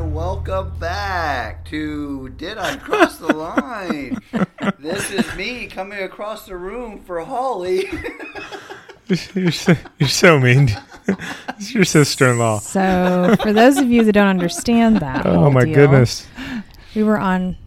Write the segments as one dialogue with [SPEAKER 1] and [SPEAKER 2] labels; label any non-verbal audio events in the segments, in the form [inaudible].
[SPEAKER 1] welcome back to Did I Cross the
[SPEAKER 2] [laughs]
[SPEAKER 1] Line? this is me coming across the room for Holly. [laughs]
[SPEAKER 3] You're so, you're so mean. [laughs] it's your sister-in-law.
[SPEAKER 2] So, for those of you that don't understand
[SPEAKER 3] [laughs]
[SPEAKER 2] that,
[SPEAKER 3] Oh
[SPEAKER 2] whole
[SPEAKER 3] my
[SPEAKER 2] deal,
[SPEAKER 3] goodness!
[SPEAKER 2] we were on.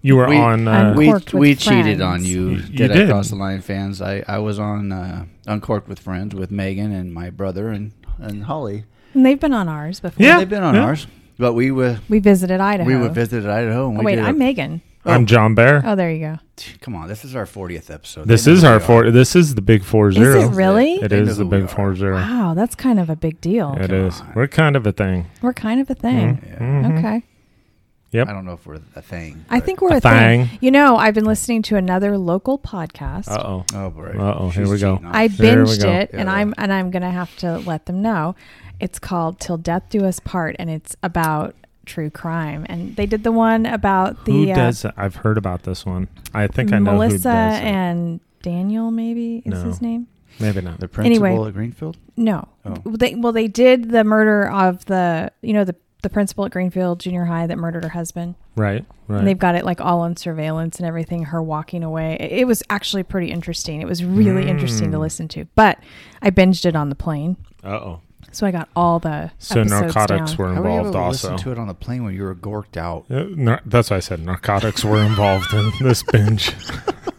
[SPEAKER 3] You were
[SPEAKER 1] We-
[SPEAKER 3] on. Uh,
[SPEAKER 2] I'm-
[SPEAKER 1] we
[SPEAKER 2] Uncorked with
[SPEAKER 1] we cheated
[SPEAKER 2] Friends.
[SPEAKER 1] on you.
[SPEAKER 3] You-
[SPEAKER 1] Did,
[SPEAKER 3] you
[SPEAKER 1] I
[SPEAKER 3] did.
[SPEAKER 1] cross the line, fans? I, I was on uh, Uncorked with Friends with Megan and my brother and, and Holly.
[SPEAKER 2] And they've been on ours before.
[SPEAKER 3] Yeah.
[SPEAKER 1] They've been on
[SPEAKER 3] yeah.
[SPEAKER 1] ours, but we were
[SPEAKER 2] We visited Idaho.
[SPEAKER 1] we were visited Idaho. And
[SPEAKER 2] Oh,
[SPEAKER 1] we
[SPEAKER 2] wait,
[SPEAKER 1] did a-
[SPEAKER 2] I'm Megan.
[SPEAKER 3] I'm John Bear.
[SPEAKER 2] Oh, there you go.
[SPEAKER 1] Come on, this is our 40th episode.
[SPEAKER 3] this
[SPEAKER 1] They know
[SPEAKER 3] is
[SPEAKER 1] who
[SPEAKER 3] our
[SPEAKER 1] we are.
[SPEAKER 3] four. This is the big four zero.
[SPEAKER 2] Is it really?
[SPEAKER 3] It
[SPEAKER 1] They know
[SPEAKER 3] is the
[SPEAKER 1] who we
[SPEAKER 3] big
[SPEAKER 1] are. Oh,
[SPEAKER 3] four zero.
[SPEAKER 2] Wow, that's kind of a big deal.
[SPEAKER 3] It
[SPEAKER 1] come
[SPEAKER 3] is.
[SPEAKER 1] on.
[SPEAKER 3] We're kind of a thing.
[SPEAKER 2] We're kind of a thing.
[SPEAKER 1] Yeah.
[SPEAKER 3] Mm. Mm-hmm.
[SPEAKER 2] Okay.
[SPEAKER 3] Yep.
[SPEAKER 1] I don't know if we're a thing.
[SPEAKER 2] I
[SPEAKER 1] but-
[SPEAKER 2] think we're a,
[SPEAKER 3] A
[SPEAKER 2] thing.
[SPEAKER 3] thing.
[SPEAKER 2] You know, I've been listening to another local podcast.
[SPEAKER 3] Uh oh.
[SPEAKER 1] Oh, boy.
[SPEAKER 3] Uh-oh, here
[SPEAKER 1] She's
[SPEAKER 3] we go.
[SPEAKER 1] cheating on
[SPEAKER 2] I
[SPEAKER 1] us.
[SPEAKER 3] There we
[SPEAKER 2] binged
[SPEAKER 3] go.
[SPEAKER 2] it, and
[SPEAKER 1] Yeah.
[SPEAKER 2] I'm and I'm gonna have to let them know. It's called "Till Death Do Us Part," and it's about true crime. And they did the one about the
[SPEAKER 3] Who
[SPEAKER 2] uh,
[SPEAKER 3] does? it? I've heard about this one. I think I know
[SPEAKER 2] Melissa
[SPEAKER 3] who does. it.
[SPEAKER 2] and Daniel. Maybe is
[SPEAKER 3] No.
[SPEAKER 2] his name.
[SPEAKER 3] Maybe not.
[SPEAKER 1] the principal
[SPEAKER 2] Anyway.
[SPEAKER 1] at Greenfield.
[SPEAKER 2] No,
[SPEAKER 1] Oh.
[SPEAKER 2] Well, they well they did the murder of the you know the the principal at Greenfield Junior High that murdered her husband.
[SPEAKER 3] Right. Right.
[SPEAKER 2] And they've got it like all on surveillance and everything, her walking away. It- It was actually pretty interesting. It was really
[SPEAKER 3] Mm.
[SPEAKER 2] interesting to listen to. But I binged it on the plane.
[SPEAKER 3] Uh oh.
[SPEAKER 2] So I got all the
[SPEAKER 3] So
[SPEAKER 2] episodes
[SPEAKER 3] narcotics
[SPEAKER 2] down.
[SPEAKER 3] were
[SPEAKER 1] How were you able
[SPEAKER 3] involved
[SPEAKER 1] to
[SPEAKER 3] also.
[SPEAKER 1] listen to it on the plane when you were gorked out?
[SPEAKER 3] Uh, nar- that's why I said narcotics were involved in this binge.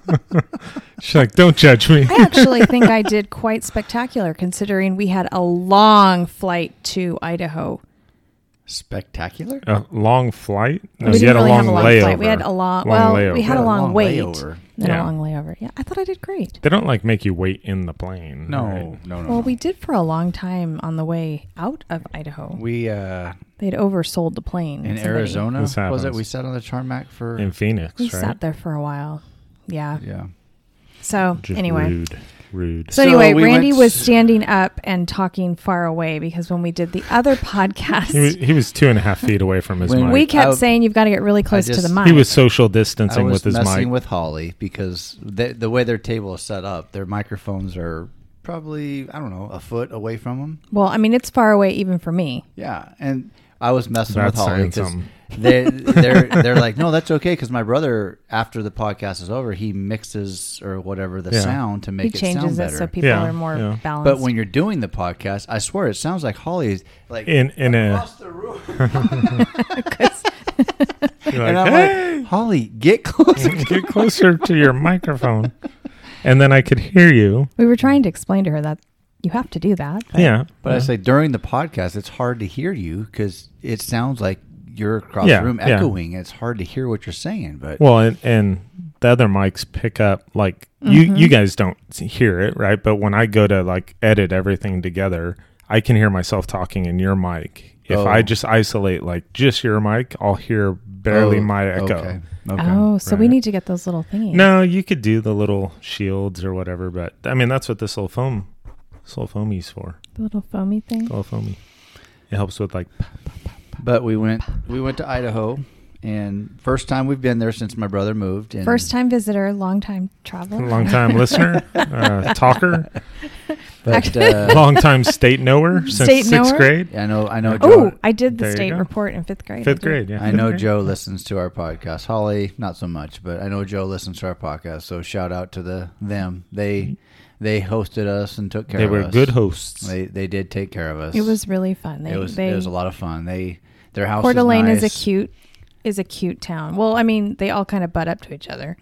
[SPEAKER 3] [laughs] She's like, don't judge me.
[SPEAKER 2] I actually think I did quite spectacular considering we had a long flight to Idaho.
[SPEAKER 1] Spectacular.
[SPEAKER 3] A long flight? No,
[SPEAKER 2] we
[SPEAKER 3] you had a long layover.
[SPEAKER 2] We had a
[SPEAKER 3] Long
[SPEAKER 2] long, well,
[SPEAKER 3] layover.
[SPEAKER 2] we had a
[SPEAKER 1] Yeah,
[SPEAKER 2] long,
[SPEAKER 1] long
[SPEAKER 2] wait
[SPEAKER 1] layover.
[SPEAKER 2] and
[SPEAKER 3] Yeah.
[SPEAKER 2] a long layover. Yeah, I thought I did great.
[SPEAKER 3] They don't like make you wait in the plane.
[SPEAKER 1] No,
[SPEAKER 3] right?
[SPEAKER 1] no, no. no.
[SPEAKER 2] Well, we did for a long time on the way out of Idaho.
[SPEAKER 1] we uh,
[SPEAKER 2] They'd oversold the plane.
[SPEAKER 1] in
[SPEAKER 2] Somebody-
[SPEAKER 1] Arizona
[SPEAKER 3] This
[SPEAKER 1] was it?
[SPEAKER 3] happens.
[SPEAKER 1] We sat on the tarmac for
[SPEAKER 3] In Phoenix,
[SPEAKER 2] We
[SPEAKER 3] right?
[SPEAKER 2] sat there for a while. Yeah.
[SPEAKER 1] yeah.
[SPEAKER 2] So
[SPEAKER 3] Just
[SPEAKER 2] anyway.
[SPEAKER 3] rude, rude.
[SPEAKER 2] So
[SPEAKER 1] So
[SPEAKER 2] anyway,
[SPEAKER 1] we
[SPEAKER 2] Randy
[SPEAKER 1] went
[SPEAKER 2] was
[SPEAKER 1] s-
[SPEAKER 2] standing up and talking far away because when we did the
[SPEAKER 3] [laughs]
[SPEAKER 2] other podcast,
[SPEAKER 3] He was, he was two and a half feet away from his
[SPEAKER 1] When
[SPEAKER 3] mic.
[SPEAKER 2] we kept
[SPEAKER 1] I-
[SPEAKER 2] saying you've got to get really close to
[SPEAKER 1] just-
[SPEAKER 2] the mic.
[SPEAKER 3] he was social
[SPEAKER 1] I
[SPEAKER 3] distancing
[SPEAKER 1] was
[SPEAKER 3] with his
[SPEAKER 1] messing
[SPEAKER 3] mic.
[SPEAKER 1] with Holly because the the way their table is set up, their microphones are probably I don't know a foot away from them.
[SPEAKER 2] well, I mean, it's far away even for me.
[SPEAKER 1] Yeah, and I was messing
[SPEAKER 3] That's
[SPEAKER 1] with Holly
[SPEAKER 3] saying
[SPEAKER 1] because
[SPEAKER 3] something.
[SPEAKER 1] [laughs] they they're
[SPEAKER 3] [laughs]
[SPEAKER 1] they're like, no, that's okay because my brother after the podcast is over, he mixes or whatever the
[SPEAKER 3] Yeah.
[SPEAKER 1] sound to make
[SPEAKER 2] he
[SPEAKER 1] it sound
[SPEAKER 2] changes it
[SPEAKER 1] better.
[SPEAKER 2] so people
[SPEAKER 3] Yeah,
[SPEAKER 2] are more
[SPEAKER 3] yeah.
[SPEAKER 2] balanced.
[SPEAKER 1] but when you're doing the podcast, I swear it sounds like Holly is like
[SPEAKER 3] in in a
[SPEAKER 1] across the
[SPEAKER 3] [laughs]
[SPEAKER 1] room.
[SPEAKER 3] you're
[SPEAKER 1] [laughs] and
[SPEAKER 3] like,
[SPEAKER 1] I'm
[SPEAKER 3] hey,
[SPEAKER 1] like, Holly, get closer.
[SPEAKER 3] get closer to your microphone, and then I could hear you.
[SPEAKER 2] we were trying to explain to her that you have to do that.
[SPEAKER 3] Yeah,
[SPEAKER 1] But I say during the podcast, it's hard to hear you because it sounds like you're across
[SPEAKER 3] Yeah,
[SPEAKER 1] the room
[SPEAKER 3] yeah.
[SPEAKER 1] echoing. It's hard to hear what you're saying. But
[SPEAKER 3] Well, and, and the other mics pick up like you
[SPEAKER 2] Mm-hmm.
[SPEAKER 3] you guys don't s- hear it, right? But when I go to like edit everything together, I can hear myself talking in your mic. If
[SPEAKER 1] Oh.
[SPEAKER 3] I just isolate like just your mic, I'll hear barely
[SPEAKER 1] Oh,
[SPEAKER 3] my echo.
[SPEAKER 1] Okay. okay.
[SPEAKER 2] oh, so we
[SPEAKER 3] Right.
[SPEAKER 2] need to get those little thingies.
[SPEAKER 3] No, you could do the little shields or whatever, but I mean that's what this little foam this little foamy's for.
[SPEAKER 2] The little foamy thing.
[SPEAKER 3] The little foamy. It helps with like
[SPEAKER 2] [laughs]
[SPEAKER 1] But we went we went to Idaho, and first time we've been there since my brother moved. And
[SPEAKER 2] First time visitor, long time traveler.
[SPEAKER 3] long time listener, uh, talker,
[SPEAKER 1] but,
[SPEAKER 3] [laughs]
[SPEAKER 1] uh,
[SPEAKER 3] long time state
[SPEAKER 2] [laughs]
[SPEAKER 3] knower since
[SPEAKER 2] State
[SPEAKER 3] sixth
[SPEAKER 2] knower?
[SPEAKER 3] grade,
[SPEAKER 1] I know I know
[SPEAKER 2] oh,
[SPEAKER 1] Joe.
[SPEAKER 2] I did the
[SPEAKER 3] There you
[SPEAKER 2] state
[SPEAKER 3] go.
[SPEAKER 2] report in fifth grade.
[SPEAKER 3] fifth
[SPEAKER 2] I did.
[SPEAKER 3] grade. Yeah,
[SPEAKER 1] I know
[SPEAKER 3] fifth grade.
[SPEAKER 1] Joe listens to our podcast. Holly, not so much, but I know Joe listens to our podcast. So shout out to the them. They they hosted us and took care
[SPEAKER 3] They
[SPEAKER 1] of
[SPEAKER 3] were
[SPEAKER 1] us.
[SPEAKER 3] good hosts.
[SPEAKER 1] They they did take care of us.
[SPEAKER 2] It was really fun. They,
[SPEAKER 1] it was
[SPEAKER 2] they,
[SPEAKER 1] it was a lot of fun. They their house
[SPEAKER 2] Coeur d'Alene
[SPEAKER 1] is,
[SPEAKER 2] is,
[SPEAKER 1] nice.
[SPEAKER 2] a cute is a cute town. Well, I mean, they all kind of butt up to each other.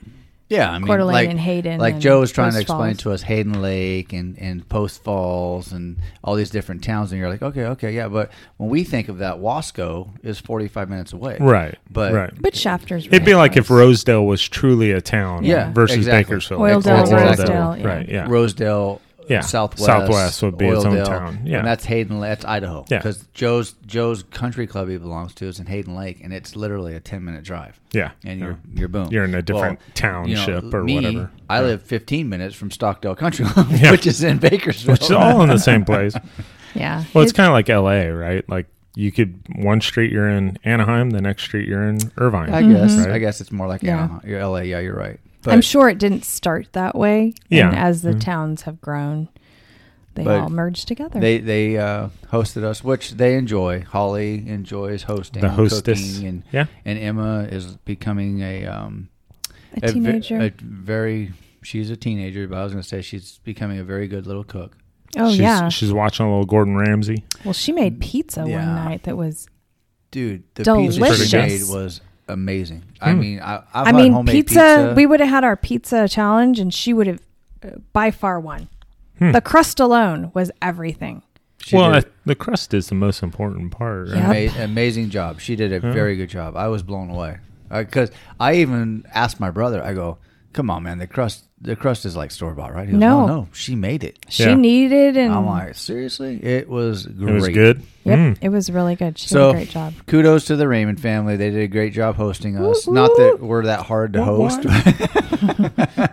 [SPEAKER 1] yeah. I mean,
[SPEAKER 2] Coeur d'Alene
[SPEAKER 1] like,
[SPEAKER 2] and Hayden
[SPEAKER 1] Like
[SPEAKER 2] and
[SPEAKER 1] Joe was trying to
[SPEAKER 2] Post
[SPEAKER 1] explain
[SPEAKER 2] Falls.
[SPEAKER 1] to us Hayden Lake and and Post Falls and all these different towns, and you're like, okay, okay, yeah. But when we think of that, Wasco is 45 minutes away,
[SPEAKER 3] Right.
[SPEAKER 1] But-
[SPEAKER 3] right.
[SPEAKER 2] But Shafter's
[SPEAKER 3] It'd be
[SPEAKER 2] really
[SPEAKER 3] like if
[SPEAKER 2] nice.
[SPEAKER 3] Rosedale was truly a town
[SPEAKER 1] Yeah,
[SPEAKER 3] versus
[SPEAKER 1] exactly.
[SPEAKER 3] Bakersfield.
[SPEAKER 2] Oildale,
[SPEAKER 3] Or
[SPEAKER 2] Rosedale, yeah.
[SPEAKER 3] Right, yeah.
[SPEAKER 1] Rosedale,
[SPEAKER 3] Yeah.
[SPEAKER 1] Southwest,
[SPEAKER 3] Southwest would be its own
[SPEAKER 1] Oildale,
[SPEAKER 3] town. Yeah.
[SPEAKER 1] and that's Hayden. That's Idaho.
[SPEAKER 3] Yeah.
[SPEAKER 1] because Joe's Joe's country club he belongs to is in Hayden Lake, and it's literally a ten minute drive.
[SPEAKER 3] Yeah.
[SPEAKER 1] and
[SPEAKER 3] Yeah.
[SPEAKER 1] you're you're boom.
[SPEAKER 3] You're in a different township or
[SPEAKER 1] me,
[SPEAKER 3] whatever.
[SPEAKER 1] I
[SPEAKER 3] Yeah.
[SPEAKER 1] live fifteen minutes from Stockdale Country Club, [laughs]
[SPEAKER 3] Yeah.
[SPEAKER 1] which is in Bakersfield.
[SPEAKER 3] [laughs] [laughs] Which is all in the same place.
[SPEAKER 2] yeah.
[SPEAKER 3] Well, it's
[SPEAKER 2] It-
[SPEAKER 3] kind of like LA, right? Like you could, one street you're in Anaheim, the next street you're in Irvine.
[SPEAKER 1] I guess
[SPEAKER 3] Right?
[SPEAKER 1] I guess it's more like
[SPEAKER 2] Mm-hmm. Yeah.
[SPEAKER 1] Anaheim, you're LA. Yeah, you're right. But
[SPEAKER 2] I'm sure it didn't start that way.
[SPEAKER 3] Yeah. Mm-hmm.
[SPEAKER 2] And as the towns have grown, They
[SPEAKER 1] But
[SPEAKER 2] all merged together.
[SPEAKER 1] They they uh, hosted us, which they enjoy. Holly enjoys hosting,
[SPEAKER 3] The
[SPEAKER 1] and
[SPEAKER 3] hostess.
[SPEAKER 1] cooking, and
[SPEAKER 3] Yeah.
[SPEAKER 1] and Emma is becoming a um,
[SPEAKER 2] a
[SPEAKER 1] ve-
[SPEAKER 2] teenager.
[SPEAKER 1] a very she's a teenager, but I was going to say she's becoming a very good little cook.
[SPEAKER 2] oh
[SPEAKER 3] she's,
[SPEAKER 2] yeah.
[SPEAKER 3] She's watching a little Gordon Ramsay.
[SPEAKER 2] well, she made pizza
[SPEAKER 1] Mm, Yeah.
[SPEAKER 2] one night that was.
[SPEAKER 1] Dude, the pizza
[SPEAKER 2] Delicious.
[SPEAKER 1] she made was amazing. I
[SPEAKER 3] Hmm.
[SPEAKER 1] mean, I, I've
[SPEAKER 2] i
[SPEAKER 1] had
[SPEAKER 2] mean,
[SPEAKER 1] homemade
[SPEAKER 2] pizza,
[SPEAKER 1] pizza.
[SPEAKER 2] We would have had our pizza challenge, and she would have uh, by far won.
[SPEAKER 3] Hmm.
[SPEAKER 2] The crust alone was everything.
[SPEAKER 1] she
[SPEAKER 3] well,
[SPEAKER 1] did
[SPEAKER 3] I- the crust is the most important part. Right?
[SPEAKER 2] Yeah.
[SPEAKER 1] ama- amazing job. She did a very good job. I was blown away because I even asked my brother. I go, "Come on, man, the crust, the crust is like store bought, right?" He goes,
[SPEAKER 2] No. Mm.
[SPEAKER 1] no, no, she made it.
[SPEAKER 2] She
[SPEAKER 3] Yeah.
[SPEAKER 2] needed and
[SPEAKER 1] I'm like, seriously, it was great.
[SPEAKER 3] It was good.
[SPEAKER 2] Yep,
[SPEAKER 3] Mm.
[SPEAKER 2] it was really good. She
[SPEAKER 1] So-
[SPEAKER 2] did a great job.
[SPEAKER 1] Kudos to the Raymond family. They did a great job hosting us.
[SPEAKER 2] Woo,
[SPEAKER 1] Not
[SPEAKER 2] woo.
[SPEAKER 1] that we're that hard to host. [laughs]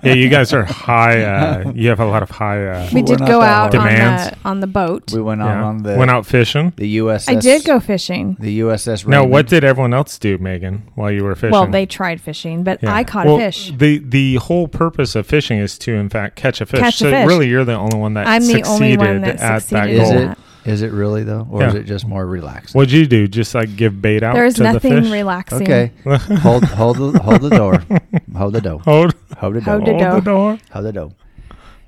[SPEAKER 3] yeah, you guys are high. Uh, you have a lot of high. Uh,
[SPEAKER 2] We
[SPEAKER 1] We're
[SPEAKER 2] did
[SPEAKER 1] not
[SPEAKER 2] go
[SPEAKER 1] that hard.
[SPEAKER 2] out on the,
[SPEAKER 3] Demands.
[SPEAKER 2] on the boat.
[SPEAKER 1] we went out
[SPEAKER 3] yeah.
[SPEAKER 1] on the
[SPEAKER 3] went out fishing.
[SPEAKER 1] the USS.
[SPEAKER 2] I did go fishing.
[SPEAKER 1] the USS.
[SPEAKER 3] Now,
[SPEAKER 1] Raymond.
[SPEAKER 3] what did everyone else do, Megan, while you were fishing?
[SPEAKER 2] Well, they tried fishing, but
[SPEAKER 3] Yeah.
[SPEAKER 2] I caught
[SPEAKER 3] Well,
[SPEAKER 2] a fish.
[SPEAKER 3] The the whole purpose of fishing is to, in fact, catch a fish.
[SPEAKER 2] Catch a
[SPEAKER 3] so
[SPEAKER 2] fish.
[SPEAKER 3] really, you're the only one that
[SPEAKER 2] I'm the
[SPEAKER 3] succeeded
[SPEAKER 2] only one that
[SPEAKER 3] at
[SPEAKER 2] succeeded
[SPEAKER 1] is
[SPEAKER 3] that
[SPEAKER 2] at
[SPEAKER 3] goal.
[SPEAKER 1] it?
[SPEAKER 2] that.
[SPEAKER 1] Is it really though, or
[SPEAKER 3] Yeah.
[SPEAKER 1] is it just more relaxed?
[SPEAKER 3] What'd you do? Just like give bait out
[SPEAKER 2] There is
[SPEAKER 3] to
[SPEAKER 2] nothing
[SPEAKER 3] the fish.
[SPEAKER 2] relaxing.
[SPEAKER 1] Okay, hold hold the hold the door, hold the door,
[SPEAKER 3] [laughs] Hold,
[SPEAKER 1] hold the
[SPEAKER 2] Hold
[SPEAKER 1] door,
[SPEAKER 3] hold
[SPEAKER 2] dough.
[SPEAKER 3] the door.
[SPEAKER 1] hold the door.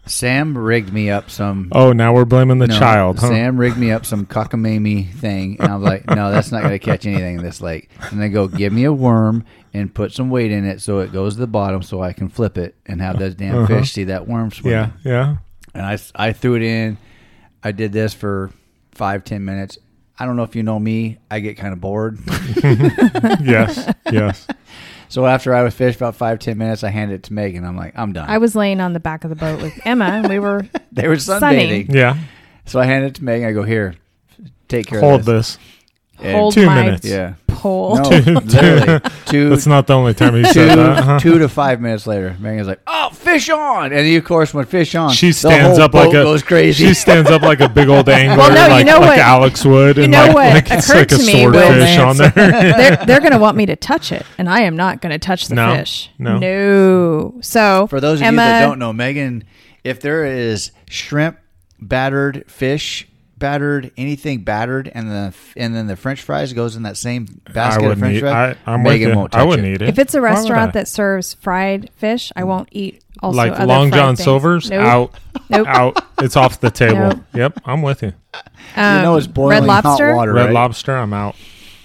[SPEAKER 1] Sam rigged me up some.
[SPEAKER 3] Oh, now we're blaming the
[SPEAKER 1] no,
[SPEAKER 3] child. Huh?
[SPEAKER 1] Sam rigged me up some cockamamie thing, and I'm like, no, that's not going to catch anything in this lake. And they go, give me a worm and put some weight in it so it goes to the bottom so I can flip it and have that damn
[SPEAKER 3] Uh-huh.
[SPEAKER 1] fish see that worm swim.
[SPEAKER 3] yeah, yeah.
[SPEAKER 1] And I, I threw it in. I did this for five, ten minutes. I don't know if you know me. I get kind of bored.
[SPEAKER 2] [laughs]
[SPEAKER 3] yes, yes.
[SPEAKER 1] so after I was fished about five, ten minutes, I handed it to Megan. I'm like, I'm done.
[SPEAKER 2] I was laying on the back of the boat with Emma, and
[SPEAKER 1] [laughs]
[SPEAKER 2] we were
[SPEAKER 1] they were sunbathing.
[SPEAKER 2] sunning.
[SPEAKER 3] Yeah.
[SPEAKER 1] So I handed it to Megan. I go, here, take care
[SPEAKER 3] Hold
[SPEAKER 1] of this.
[SPEAKER 3] this.
[SPEAKER 1] And-
[SPEAKER 2] hold
[SPEAKER 3] Two
[SPEAKER 2] my
[SPEAKER 3] minutes. [laughs]
[SPEAKER 1] Yeah.
[SPEAKER 2] pole.
[SPEAKER 1] No,
[SPEAKER 3] Two-
[SPEAKER 1] literally.
[SPEAKER 3] [laughs]
[SPEAKER 1] Two,
[SPEAKER 3] That's not the only time he
[SPEAKER 1] two,
[SPEAKER 3] said that. uh-huh. huh?
[SPEAKER 1] two to five minutes later, Megan's like, "Oh, fish on!" And of course, when fish on,
[SPEAKER 3] She
[SPEAKER 1] the
[SPEAKER 3] stands
[SPEAKER 1] whole
[SPEAKER 3] up like
[SPEAKER 1] boat
[SPEAKER 3] a
[SPEAKER 1] goes crazy.
[SPEAKER 3] She stands up like a big
[SPEAKER 2] [laughs]
[SPEAKER 3] old angler,
[SPEAKER 2] Well, no, you
[SPEAKER 3] like,
[SPEAKER 2] know
[SPEAKER 3] like
[SPEAKER 2] what-
[SPEAKER 3] Alex would,
[SPEAKER 2] you
[SPEAKER 3] and
[SPEAKER 2] know
[SPEAKER 3] like,
[SPEAKER 2] what
[SPEAKER 3] like it's like
[SPEAKER 2] occurred
[SPEAKER 3] a
[SPEAKER 2] to me, Will
[SPEAKER 3] swordfish on
[SPEAKER 2] Lance?
[SPEAKER 3] there.
[SPEAKER 2] [laughs] they're
[SPEAKER 3] [laughs]
[SPEAKER 2] they're going to want me to touch it, and I am not going to touch the
[SPEAKER 3] No,
[SPEAKER 2] fish.
[SPEAKER 3] no.
[SPEAKER 2] no. So
[SPEAKER 1] [laughs] For those of
[SPEAKER 2] Emma,
[SPEAKER 1] you that don't know, Megan, if there is shrimp battered fish. Battered anything battered, and the and then the French fries goes in that same
[SPEAKER 3] I
[SPEAKER 1] basket of
[SPEAKER 3] wouldn't
[SPEAKER 1] French
[SPEAKER 3] eat. I,
[SPEAKER 1] fries.
[SPEAKER 3] I'm
[SPEAKER 1] Megan
[SPEAKER 3] with you.
[SPEAKER 1] won't touch
[SPEAKER 3] I wouldn't
[SPEAKER 1] it.
[SPEAKER 3] eat it.
[SPEAKER 2] if it's
[SPEAKER 3] Why
[SPEAKER 2] a
[SPEAKER 3] would
[SPEAKER 2] restaurant
[SPEAKER 3] I?
[SPEAKER 2] that serves fried fish, I won't eat. Also,
[SPEAKER 3] like
[SPEAKER 2] other
[SPEAKER 3] Long
[SPEAKER 2] fried
[SPEAKER 3] John
[SPEAKER 2] things.
[SPEAKER 3] Silver's
[SPEAKER 2] Nope.
[SPEAKER 3] out,
[SPEAKER 2] Nope.
[SPEAKER 3] out. It's off the table.
[SPEAKER 2] Nope.
[SPEAKER 3] Yep, I'm with you.
[SPEAKER 1] you know it's
[SPEAKER 2] Um,
[SPEAKER 1] boiling
[SPEAKER 2] Red Lobster.
[SPEAKER 1] hot water.
[SPEAKER 3] Red
[SPEAKER 1] right?
[SPEAKER 3] Lobster, I'm out.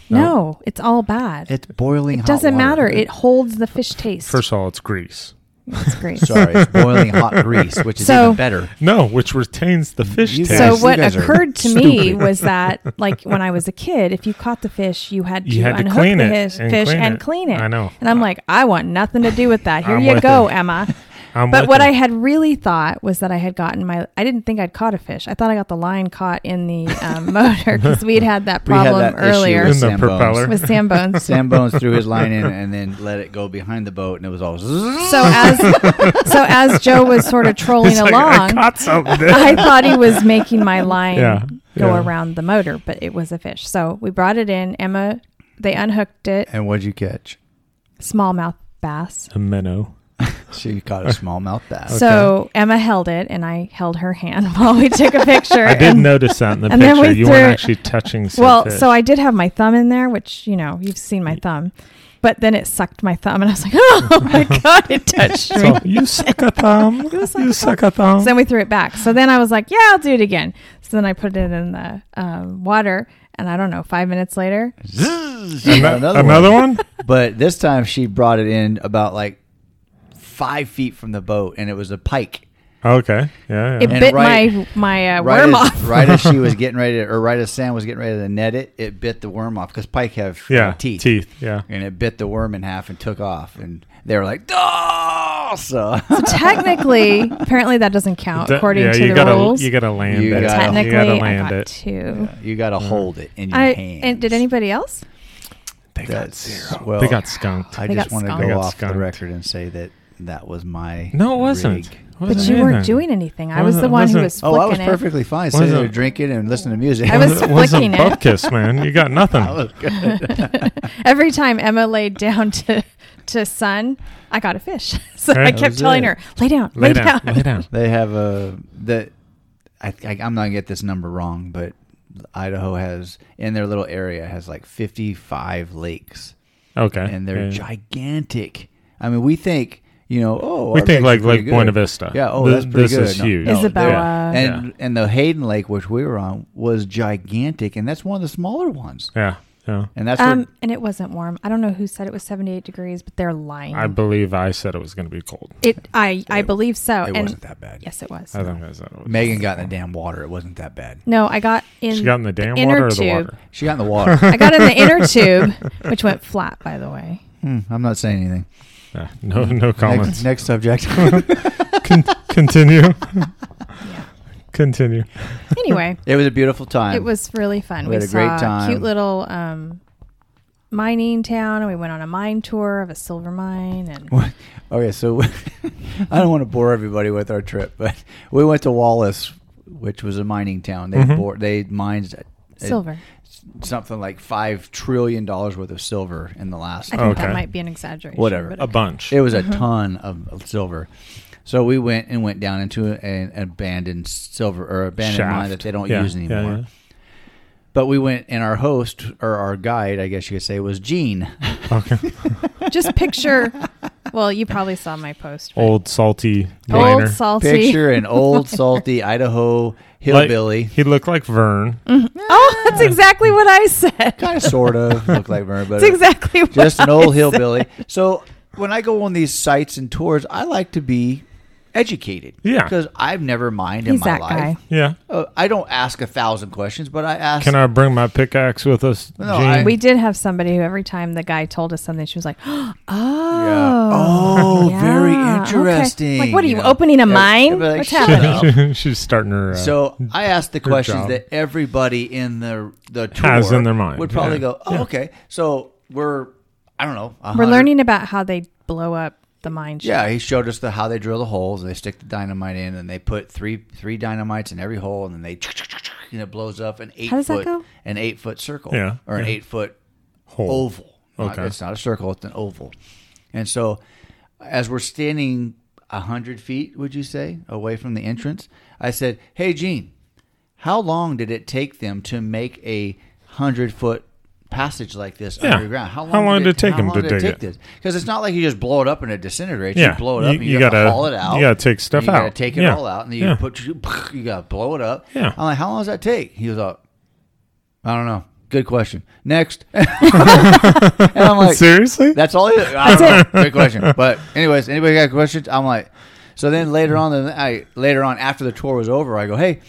[SPEAKER 2] No, it's all bad.
[SPEAKER 1] It's boiling.
[SPEAKER 2] It
[SPEAKER 1] hot
[SPEAKER 2] doesn't
[SPEAKER 1] water.
[SPEAKER 2] matter. It holds the fish taste.
[SPEAKER 3] First of all, it's grease.
[SPEAKER 2] It's
[SPEAKER 3] [laughs]
[SPEAKER 2] great.
[SPEAKER 1] Sorry, it's boiling hot grease, which is
[SPEAKER 2] [laughs] So-
[SPEAKER 1] even better.
[SPEAKER 3] No, which retains the fish
[SPEAKER 1] You
[SPEAKER 3] taste.
[SPEAKER 1] guys-
[SPEAKER 2] So
[SPEAKER 1] you
[SPEAKER 2] what
[SPEAKER 1] guys are
[SPEAKER 2] occurred to me
[SPEAKER 1] stupid.
[SPEAKER 2] was that, like when I was a kid, if you caught the fish, you had to,
[SPEAKER 3] You had to
[SPEAKER 2] unhook
[SPEAKER 3] clean
[SPEAKER 2] the
[SPEAKER 3] it
[SPEAKER 2] his-
[SPEAKER 3] and
[SPEAKER 2] fish
[SPEAKER 3] clean
[SPEAKER 2] and
[SPEAKER 3] it.
[SPEAKER 2] clean it.
[SPEAKER 3] I know.
[SPEAKER 2] And I'm like, I want nothing to do with that. Here
[SPEAKER 3] I'm
[SPEAKER 2] you
[SPEAKER 3] with
[SPEAKER 2] go,
[SPEAKER 3] you.
[SPEAKER 2] Emma.
[SPEAKER 3] [laughs] I'm
[SPEAKER 2] But
[SPEAKER 3] with
[SPEAKER 2] what
[SPEAKER 3] you.
[SPEAKER 2] I had really thought was that I had gotten my. I didn't think I'd caught a fish. I thought I got the line caught in the
[SPEAKER 3] [laughs]
[SPEAKER 2] um, motor because we had had that
[SPEAKER 1] We had
[SPEAKER 2] problem
[SPEAKER 1] that issue
[SPEAKER 2] earlier
[SPEAKER 1] with
[SPEAKER 3] In the
[SPEAKER 1] Sam
[SPEAKER 3] propeller.
[SPEAKER 1] Bones.
[SPEAKER 2] with Sam Bones.
[SPEAKER 1] Sam Bones threw his line
[SPEAKER 3] [laughs]
[SPEAKER 1] in and then let it go behind the boat, and it was all. zzz.
[SPEAKER 2] So
[SPEAKER 1] [laughs]
[SPEAKER 2] as so as Joe was sort of trolling
[SPEAKER 3] It's like, I
[SPEAKER 2] along,
[SPEAKER 3] caught something.
[SPEAKER 2] [laughs] I thought he was making my
[SPEAKER 3] [laughs]
[SPEAKER 2] line
[SPEAKER 3] Yeah,
[SPEAKER 2] go
[SPEAKER 3] yeah.
[SPEAKER 2] around the motor, but it was a fish. So we brought it in. Emma, they unhooked it.
[SPEAKER 1] And what'd you catch?
[SPEAKER 2] Smallmouth bass.
[SPEAKER 3] a minnow.
[SPEAKER 1] She caught a smallmouth bass.
[SPEAKER 2] So Emma held it, and I held her hand [laughs] while we took a picture.
[SPEAKER 3] I did
[SPEAKER 2] and-
[SPEAKER 3] notice that in the
[SPEAKER 2] and then
[SPEAKER 3] picture.
[SPEAKER 2] we
[SPEAKER 3] You
[SPEAKER 2] threw
[SPEAKER 3] weren't
[SPEAKER 2] it-
[SPEAKER 3] actually touching some
[SPEAKER 2] Well,
[SPEAKER 3] fish.
[SPEAKER 2] so I did have my thumb in there, which you know you've seen my thumb, but then it sucked my thumb, and I was like, [laughs] oh
[SPEAKER 3] [laughs]
[SPEAKER 2] my god, it touched me. [laughs]
[SPEAKER 3] So, you suck a thumb. you suck a
[SPEAKER 2] So
[SPEAKER 3] thumb.
[SPEAKER 2] then we threw it back. So then I was like, yeah, I'll do it again. So then I put it in the um, water, and I don't know, five minutes later,
[SPEAKER 1] Zzz.
[SPEAKER 3] Ano- Another one?
[SPEAKER 1] But this time she brought it in about like five feet from the boat, and it was a pike.
[SPEAKER 3] Okay. Yeah.
[SPEAKER 2] it
[SPEAKER 3] yeah.
[SPEAKER 1] And
[SPEAKER 2] bit my
[SPEAKER 1] right-
[SPEAKER 2] my uh,
[SPEAKER 1] Right
[SPEAKER 2] worm
[SPEAKER 1] as, [laughs]
[SPEAKER 2] off.
[SPEAKER 1] right as she
[SPEAKER 2] [laughs]
[SPEAKER 1] was getting ready, to, or right as Sam was getting ready to net it, it bit the worm off because pike have uh,
[SPEAKER 3] yeah.
[SPEAKER 1] teeth.
[SPEAKER 3] Yeah.
[SPEAKER 1] and it bit the worm in half and took off. And they were like, "Oh!" So [laughs]
[SPEAKER 2] So
[SPEAKER 3] [laughs]
[SPEAKER 2] technically, apparently that doesn't count
[SPEAKER 3] Th-
[SPEAKER 2] according
[SPEAKER 3] yeah,
[SPEAKER 2] to
[SPEAKER 3] you
[SPEAKER 2] the
[SPEAKER 3] gotta,
[SPEAKER 2] rules.
[SPEAKER 3] You gotta land
[SPEAKER 1] You
[SPEAKER 3] it.
[SPEAKER 1] gotta-
[SPEAKER 2] technically,
[SPEAKER 3] you gotta
[SPEAKER 2] I
[SPEAKER 3] land
[SPEAKER 2] got
[SPEAKER 3] it.
[SPEAKER 2] two.
[SPEAKER 1] you got to hold it in your
[SPEAKER 2] I
[SPEAKER 1] hands.
[SPEAKER 2] and did anybody else?
[SPEAKER 3] They got
[SPEAKER 1] That's-
[SPEAKER 3] zero.
[SPEAKER 1] well-
[SPEAKER 3] they got skunked.
[SPEAKER 1] I
[SPEAKER 2] They
[SPEAKER 1] just
[SPEAKER 2] got
[SPEAKER 1] want to
[SPEAKER 2] skunked.
[SPEAKER 3] They
[SPEAKER 1] go
[SPEAKER 3] got
[SPEAKER 1] off the
[SPEAKER 3] skunked.
[SPEAKER 1] record and say that that was my
[SPEAKER 3] no, it wasn't.
[SPEAKER 1] rig.
[SPEAKER 2] But you weren't doing anything. I was
[SPEAKER 3] Wasn't-
[SPEAKER 2] the one who
[SPEAKER 3] wasn't-
[SPEAKER 2] was
[SPEAKER 1] Oh,
[SPEAKER 2] flicking
[SPEAKER 1] I was
[SPEAKER 2] it.
[SPEAKER 1] perfectly fine sitting
[SPEAKER 3] Wasn't-
[SPEAKER 1] there drinking and listening to music.
[SPEAKER 2] [laughs]
[SPEAKER 1] [laughs]
[SPEAKER 2] I
[SPEAKER 3] [laughs]
[SPEAKER 2] was [laughs]
[SPEAKER 3] It wasn't
[SPEAKER 2] flicking it.
[SPEAKER 3] buff kiss, man. You got nothing.
[SPEAKER 1] I was good.
[SPEAKER 2] Every time Emma laid down to to sun, I got a fish. [laughs] So
[SPEAKER 3] Right,
[SPEAKER 2] I
[SPEAKER 3] that
[SPEAKER 2] kept
[SPEAKER 1] was
[SPEAKER 2] telling
[SPEAKER 1] it. [laughs]
[SPEAKER 2] her, "Lay down, lay,
[SPEAKER 3] lay down. Lay down.
[SPEAKER 1] They have a that. I, I I'm not gonna get this number wrong, but Idaho has in their little area has like 55 lakes,
[SPEAKER 3] Okay.
[SPEAKER 1] and they're
[SPEAKER 3] yeah.
[SPEAKER 1] gigantic. I mean, we think you know, oh,
[SPEAKER 3] We
[SPEAKER 1] our
[SPEAKER 3] think
[SPEAKER 1] lakes are
[SPEAKER 3] like
[SPEAKER 1] pretty
[SPEAKER 3] Lake
[SPEAKER 1] good.
[SPEAKER 3] Buena Vista.
[SPEAKER 1] Yeah, oh,
[SPEAKER 3] Th-
[SPEAKER 1] that's pretty
[SPEAKER 3] this
[SPEAKER 1] good.
[SPEAKER 3] is
[SPEAKER 1] No, no,
[SPEAKER 3] huge.
[SPEAKER 1] they're-
[SPEAKER 2] Isabella.
[SPEAKER 1] and
[SPEAKER 3] Yeah.
[SPEAKER 1] and the Hayden Lake, which we were on, was gigantic, and that's one of the smaller ones.
[SPEAKER 3] Yeah. Yeah.
[SPEAKER 1] And that's where
[SPEAKER 2] Um, and it wasn't warm. I don't know who said it was 78 degrees, but they're lying.
[SPEAKER 3] I believe I said it was going to be cold.
[SPEAKER 2] it, I, I believe so.
[SPEAKER 4] It
[SPEAKER 2] and
[SPEAKER 4] wasn't that bad.
[SPEAKER 2] yes, it was.
[SPEAKER 3] I think I said it was.
[SPEAKER 1] Megan got in the damn
[SPEAKER 4] Water. It wasn't that bad.
[SPEAKER 2] No, I got in.
[SPEAKER 3] She got in the damn
[SPEAKER 2] inner
[SPEAKER 3] water or the
[SPEAKER 2] tube.
[SPEAKER 3] water?
[SPEAKER 1] She got in the
[SPEAKER 3] [laughs]
[SPEAKER 1] water.
[SPEAKER 2] I got in the inner tube, which went flat, by the way.
[SPEAKER 1] Hmm, I'm not saying anything.
[SPEAKER 3] Yeah. No, no
[SPEAKER 1] Next,
[SPEAKER 3] comments.
[SPEAKER 1] next subject. [laughs]
[SPEAKER 3] Con- [laughs] continue. [laughs]
[SPEAKER 2] Yeah.
[SPEAKER 3] Continue.
[SPEAKER 2] Anyway,
[SPEAKER 1] it was a beautiful time.
[SPEAKER 2] it was really fun.
[SPEAKER 1] We had a
[SPEAKER 2] saw
[SPEAKER 1] great time.
[SPEAKER 2] cute little um, mining town, and we went on a mine tour of a silver mine. And
[SPEAKER 1] What- Okay, so [laughs] I don't want to bore everybody with our trip, but we went to Wallace, which was a mining town. They
[SPEAKER 3] Mhm.
[SPEAKER 1] bore, they mined uh,
[SPEAKER 2] silver.
[SPEAKER 1] something like five trillion dollars worth of silver in the last.
[SPEAKER 2] I think Uh-huh.
[SPEAKER 3] Okay.
[SPEAKER 2] that might be an exaggeration.
[SPEAKER 1] Whatever.
[SPEAKER 2] but
[SPEAKER 3] A
[SPEAKER 2] okay.
[SPEAKER 3] bunch.
[SPEAKER 1] It was a ton of, of silver. So we went and went down into an abandoned silver or abandoned mine that they don't
[SPEAKER 3] Yeah,
[SPEAKER 1] use
[SPEAKER 3] yeah,
[SPEAKER 1] anymore. But we went, and our host or our guide, I guess you could say, was Gene.
[SPEAKER 3] yeah. Okay.
[SPEAKER 2] [laughs] Just picture. Well, you probably saw my post. but-
[SPEAKER 3] Old salty
[SPEAKER 2] Old
[SPEAKER 3] miner.
[SPEAKER 2] salty.
[SPEAKER 1] [laughs] Picture an
[SPEAKER 2] [laughs]
[SPEAKER 1] old, salty Idaho
[SPEAKER 3] Like-
[SPEAKER 1] hillbilly.
[SPEAKER 3] he looked like Vern.
[SPEAKER 2] Oh, that's exactly what I said.
[SPEAKER 1] kind of sort of looked like Vern, but
[SPEAKER 2] That's exactly what
[SPEAKER 1] just an
[SPEAKER 2] [laughs] I
[SPEAKER 1] old
[SPEAKER 2] said.
[SPEAKER 1] hillbilly. So when I go on these sites and tours, I like to be educated.
[SPEAKER 3] Yeah.
[SPEAKER 1] because I've never mined in
[SPEAKER 2] He's
[SPEAKER 1] my
[SPEAKER 2] that
[SPEAKER 1] life.
[SPEAKER 2] guy.
[SPEAKER 3] Yeah.
[SPEAKER 1] Uh, I don't ask a thousand questions, but I ask.
[SPEAKER 3] Can I bring my pickaxe with us?
[SPEAKER 1] No,
[SPEAKER 3] Gene?
[SPEAKER 1] I-
[SPEAKER 3] [laughs]
[SPEAKER 2] We did have somebody who every time the guy told us something, she was like, [gasps] "Oh,
[SPEAKER 1] Oh, very
[SPEAKER 2] yeah, okay."
[SPEAKER 1] interesting.
[SPEAKER 2] Like, what are you,
[SPEAKER 1] know?
[SPEAKER 2] opening a
[SPEAKER 1] Yeah,
[SPEAKER 2] mine?
[SPEAKER 1] but, like,
[SPEAKER 2] What's
[SPEAKER 1] shut
[SPEAKER 3] [laughs]
[SPEAKER 2] happening?
[SPEAKER 1] up.
[SPEAKER 3] She's starting her. Uh,
[SPEAKER 1] So I asked the questions
[SPEAKER 3] job.
[SPEAKER 1] that everybody in the the tour
[SPEAKER 3] Has in their mind,
[SPEAKER 1] would probably
[SPEAKER 3] yeah.
[SPEAKER 1] go, oh, okay. So we're I don't know.
[SPEAKER 2] We're
[SPEAKER 1] 100
[SPEAKER 2] learning about how they blow up the mine. shaft.
[SPEAKER 1] Yeah, he showed us the how they drill the holes. They stick the dynamite in, and they put three three dynamites in every hole, and then they and it blows up an eight
[SPEAKER 2] does that
[SPEAKER 1] foot
[SPEAKER 2] go?
[SPEAKER 1] an eight foot circle,
[SPEAKER 3] Yeah,
[SPEAKER 1] or an
[SPEAKER 3] yeah.
[SPEAKER 1] eight foot
[SPEAKER 3] Hole.
[SPEAKER 1] oval. Not-
[SPEAKER 3] Okay.
[SPEAKER 1] it's not a circle; it's an oval. And so, as we're standing a hundred feet, would you say, away from the entrance, I said, "Hey, Gene, how long did it take them to make a hundred foot?" Passage like this
[SPEAKER 3] Yeah.
[SPEAKER 1] underground. How long,
[SPEAKER 3] How long did it take
[SPEAKER 1] how
[SPEAKER 3] them
[SPEAKER 1] long
[SPEAKER 3] to
[SPEAKER 1] did it
[SPEAKER 3] dig
[SPEAKER 1] take
[SPEAKER 3] it?
[SPEAKER 1] this? Because it's not like you just blow it up and it disintegrates.
[SPEAKER 3] Yeah.
[SPEAKER 1] You blow it up
[SPEAKER 3] You-
[SPEAKER 1] and you,
[SPEAKER 3] you
[SPEAKER 1] gotta,
[SPEAKER 3] gotta-
[SPEAKER 1] haul it out.
[SPEAKER 3] you gotta take stuff
[SPEAKER 1] And You gotta
[SPEAKER 3] out.
[SPEAKER 1] take it
[SPEAKER 3] Yeah.
[SPEAKER 1] all out and then
[SPEAKER 3] Yeah.
[SPEAKER 1] you put [laughs] you gotta blow it up.
[SPEAKER 3] Yeah.
[SPEAKER 1] I'm like, how long does that take? He was like, I don't know. Good question. Next. [laughs] and I'm like, [laughs]
[SPEAKER 3] seriously?
[SPEAKER 1] that's all. It, I don't know. Great
[SPEAKER 3] [laughs]
[SPEAKER 1] question. But anyways, anybody got questions? I'm like, so then later on, then I later on after the tour was over, I go, hey,